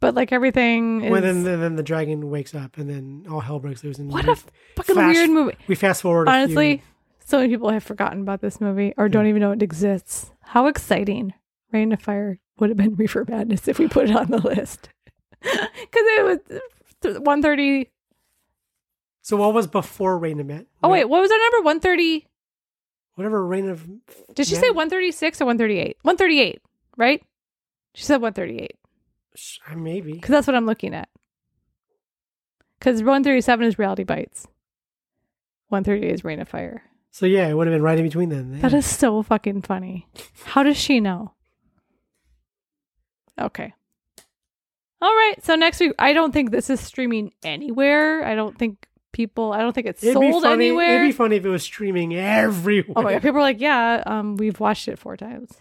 but like everything is.
when then, then then the dragon wakes up and then all hell breaks loose. And
what
we-
a fucking
flash-
weird movie.
We fast forward. a few-
Honestly, so many people have forgotten about this movie or don't even know it exists. How exciting! Rain of Fire would have been Reefer Madness if we put it on the list because it was one thirty.
so what was before Rain of Met?
Oh wait, what was our number? One thirty.
whatever Rain of.
Did she
Met-
say one thirty six or one thirty eight? One thirty eight, right? She said one thirty eight.
Sh- uh, Maybe.
Because that's what I'm looking at. Because 137 is Reality Bites. 138 is Rain of Fire.
So yeah, it would have been right in between then.
That is so fucking funny. How does she know? Okay. All right. So next week, I don't think this is streaming anywhere. I don't think people, I don't think it's
It'd be
sold
funny-
anywhere.
It'd be funny if it was streaming everywhere.
Oh my god, people are like, yeah, um, we've watched it four times.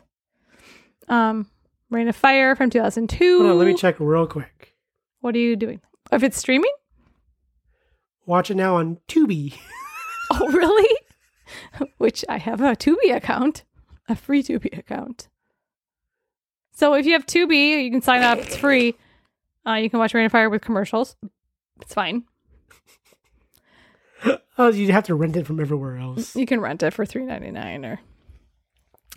Um, Rain of Fire from 2002.
Hold on, let me check real quick.
What are you doing? If it's streaming?
Watch it now on Tubi.
Oh, really? Which I have a Tubi account, a free Tubi account. So if you have Tubi, you can sign up. It's free. Uh, you can watch Rain of Fire with commercials. It's fine.
oh, you'd have to rent it from everywhere else.
You can rent it for three ninety nine or.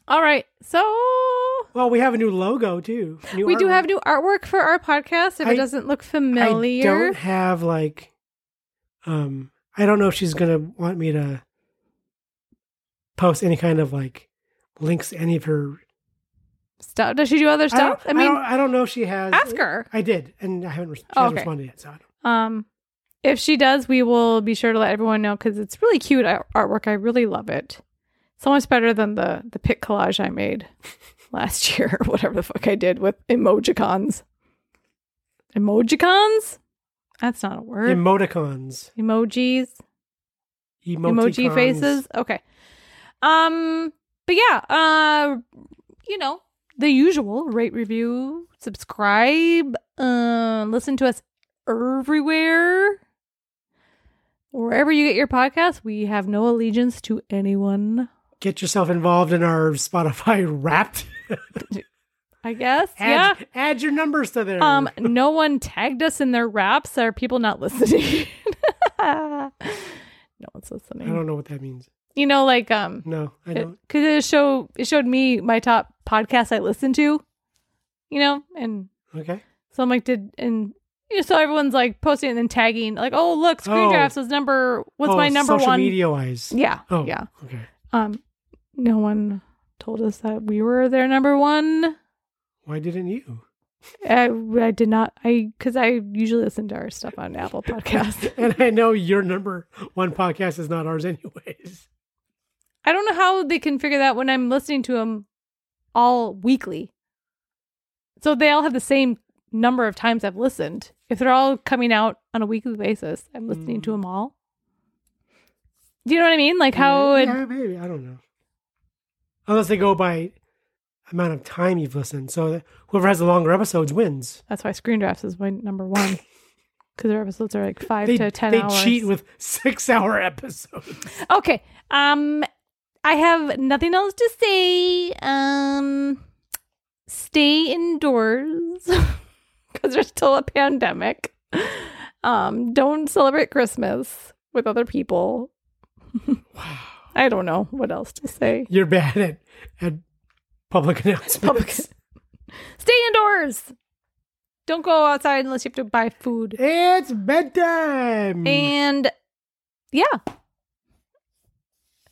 All right, so
Well, we have a new logo too. New
we do
artwork.
have new artwork for our podcast. If
I-
it doesn't look
I don't
familiar,
have like, um, I don't know if she's gonna want me to post any kind of like links to any of her
Stuff? Does she do other stuff?
I, don't, I
mean,
don't, I don't know if she has.
ask her.
I did, and I haven't. res- She
Oh,
hasn't
okay.
responded yet, so I don't.
Um, if she does, we will be sure to let everyone know because it's really cute ar- artwork. I really love it. So much better than the the pic collage I made last year, or whatever the fuck I did with emojicons. Emojicons? That's not a word.
Emoticons,
Emojis.
emoticons.
emoji faces. Okay. Um, but yeah, uh, you know, the usual rate, review, subscribe, uh, listen to us everywhere. Wherever you get your podcast, we have no allegiance to anyone,
Get yourself involved in our Spotify Wrapped.
I guess.
add, add your numbers to there.
yeah. Um, no one tagged us in their raps. Are people not listening? no one's
I
listening.
don't know what that means.
you know, like um,
No, I don't.
because it, show it showed me my top podcasts I listened to, you know, and
Okay.
so I'm like, did and you know, so everyone's like posting and then tagging, like, oh look, Screen
Oh.
Drafts was number, what's
Oh,
my number
social
one?
media wise.
Yeah,
Oh,
yeah.
Okay.
Um, no one told us that we were their number one.
Why didn't you?
I, I did not. I because I usually listen to our stuff on Apple Podcasts.
and I know your number one podcast is not ours, anyways.
I don't know how they can figure that when I'm listening to them all weekly. So they all have the same number of times I've listened. If they're all coming out on a weekly basis, I'm listening
Mm.
to them all. Do you know what I mean? Like how it,
Yeah, maybe I don't know. Unless they go by amount of time you've listened, so whoever has the longer episodes wins.
that's why Screen Drafts is my number one because their episodes are like five
They,
to ten
they
hours.
cheat with six-hour episodes.
Okay. Um I have nothing else to say. Um stay indoors cuz there's still a pandemic. Um don't celebrate Christmas with other people. I don't know what else to say.
You're bad at at public announcements.
Public- stay indoors. Don't go outside unless you have to buy food.
It's
Mm.
bedtime.
And yeah.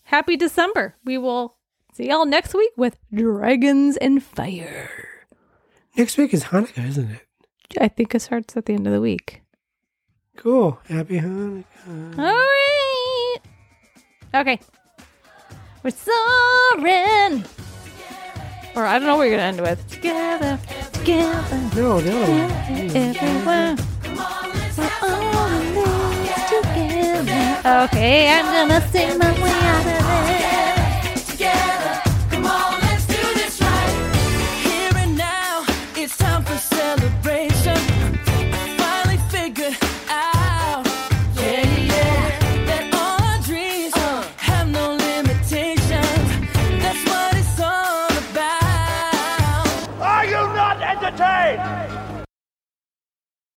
Happy December. We will see y'all next week with Dragons and Fire.
Next week is Hanukkah, isn't it?
I think it starts at the end of the week.
Cool. Happy Hanukkah.
All right. Okay. We're soaring. Or I don't know what you're going to end with. Together, together,
No, no.
everywhere. We're all in this together. Okay, I'm going to sing my way out of it.
Together, come on, let's do this right.
Here and now, it's time for celebration. I finally figured out, yeah, yeah, that all our dreams have no limitations. That's what it's all about.
Are you not entertained?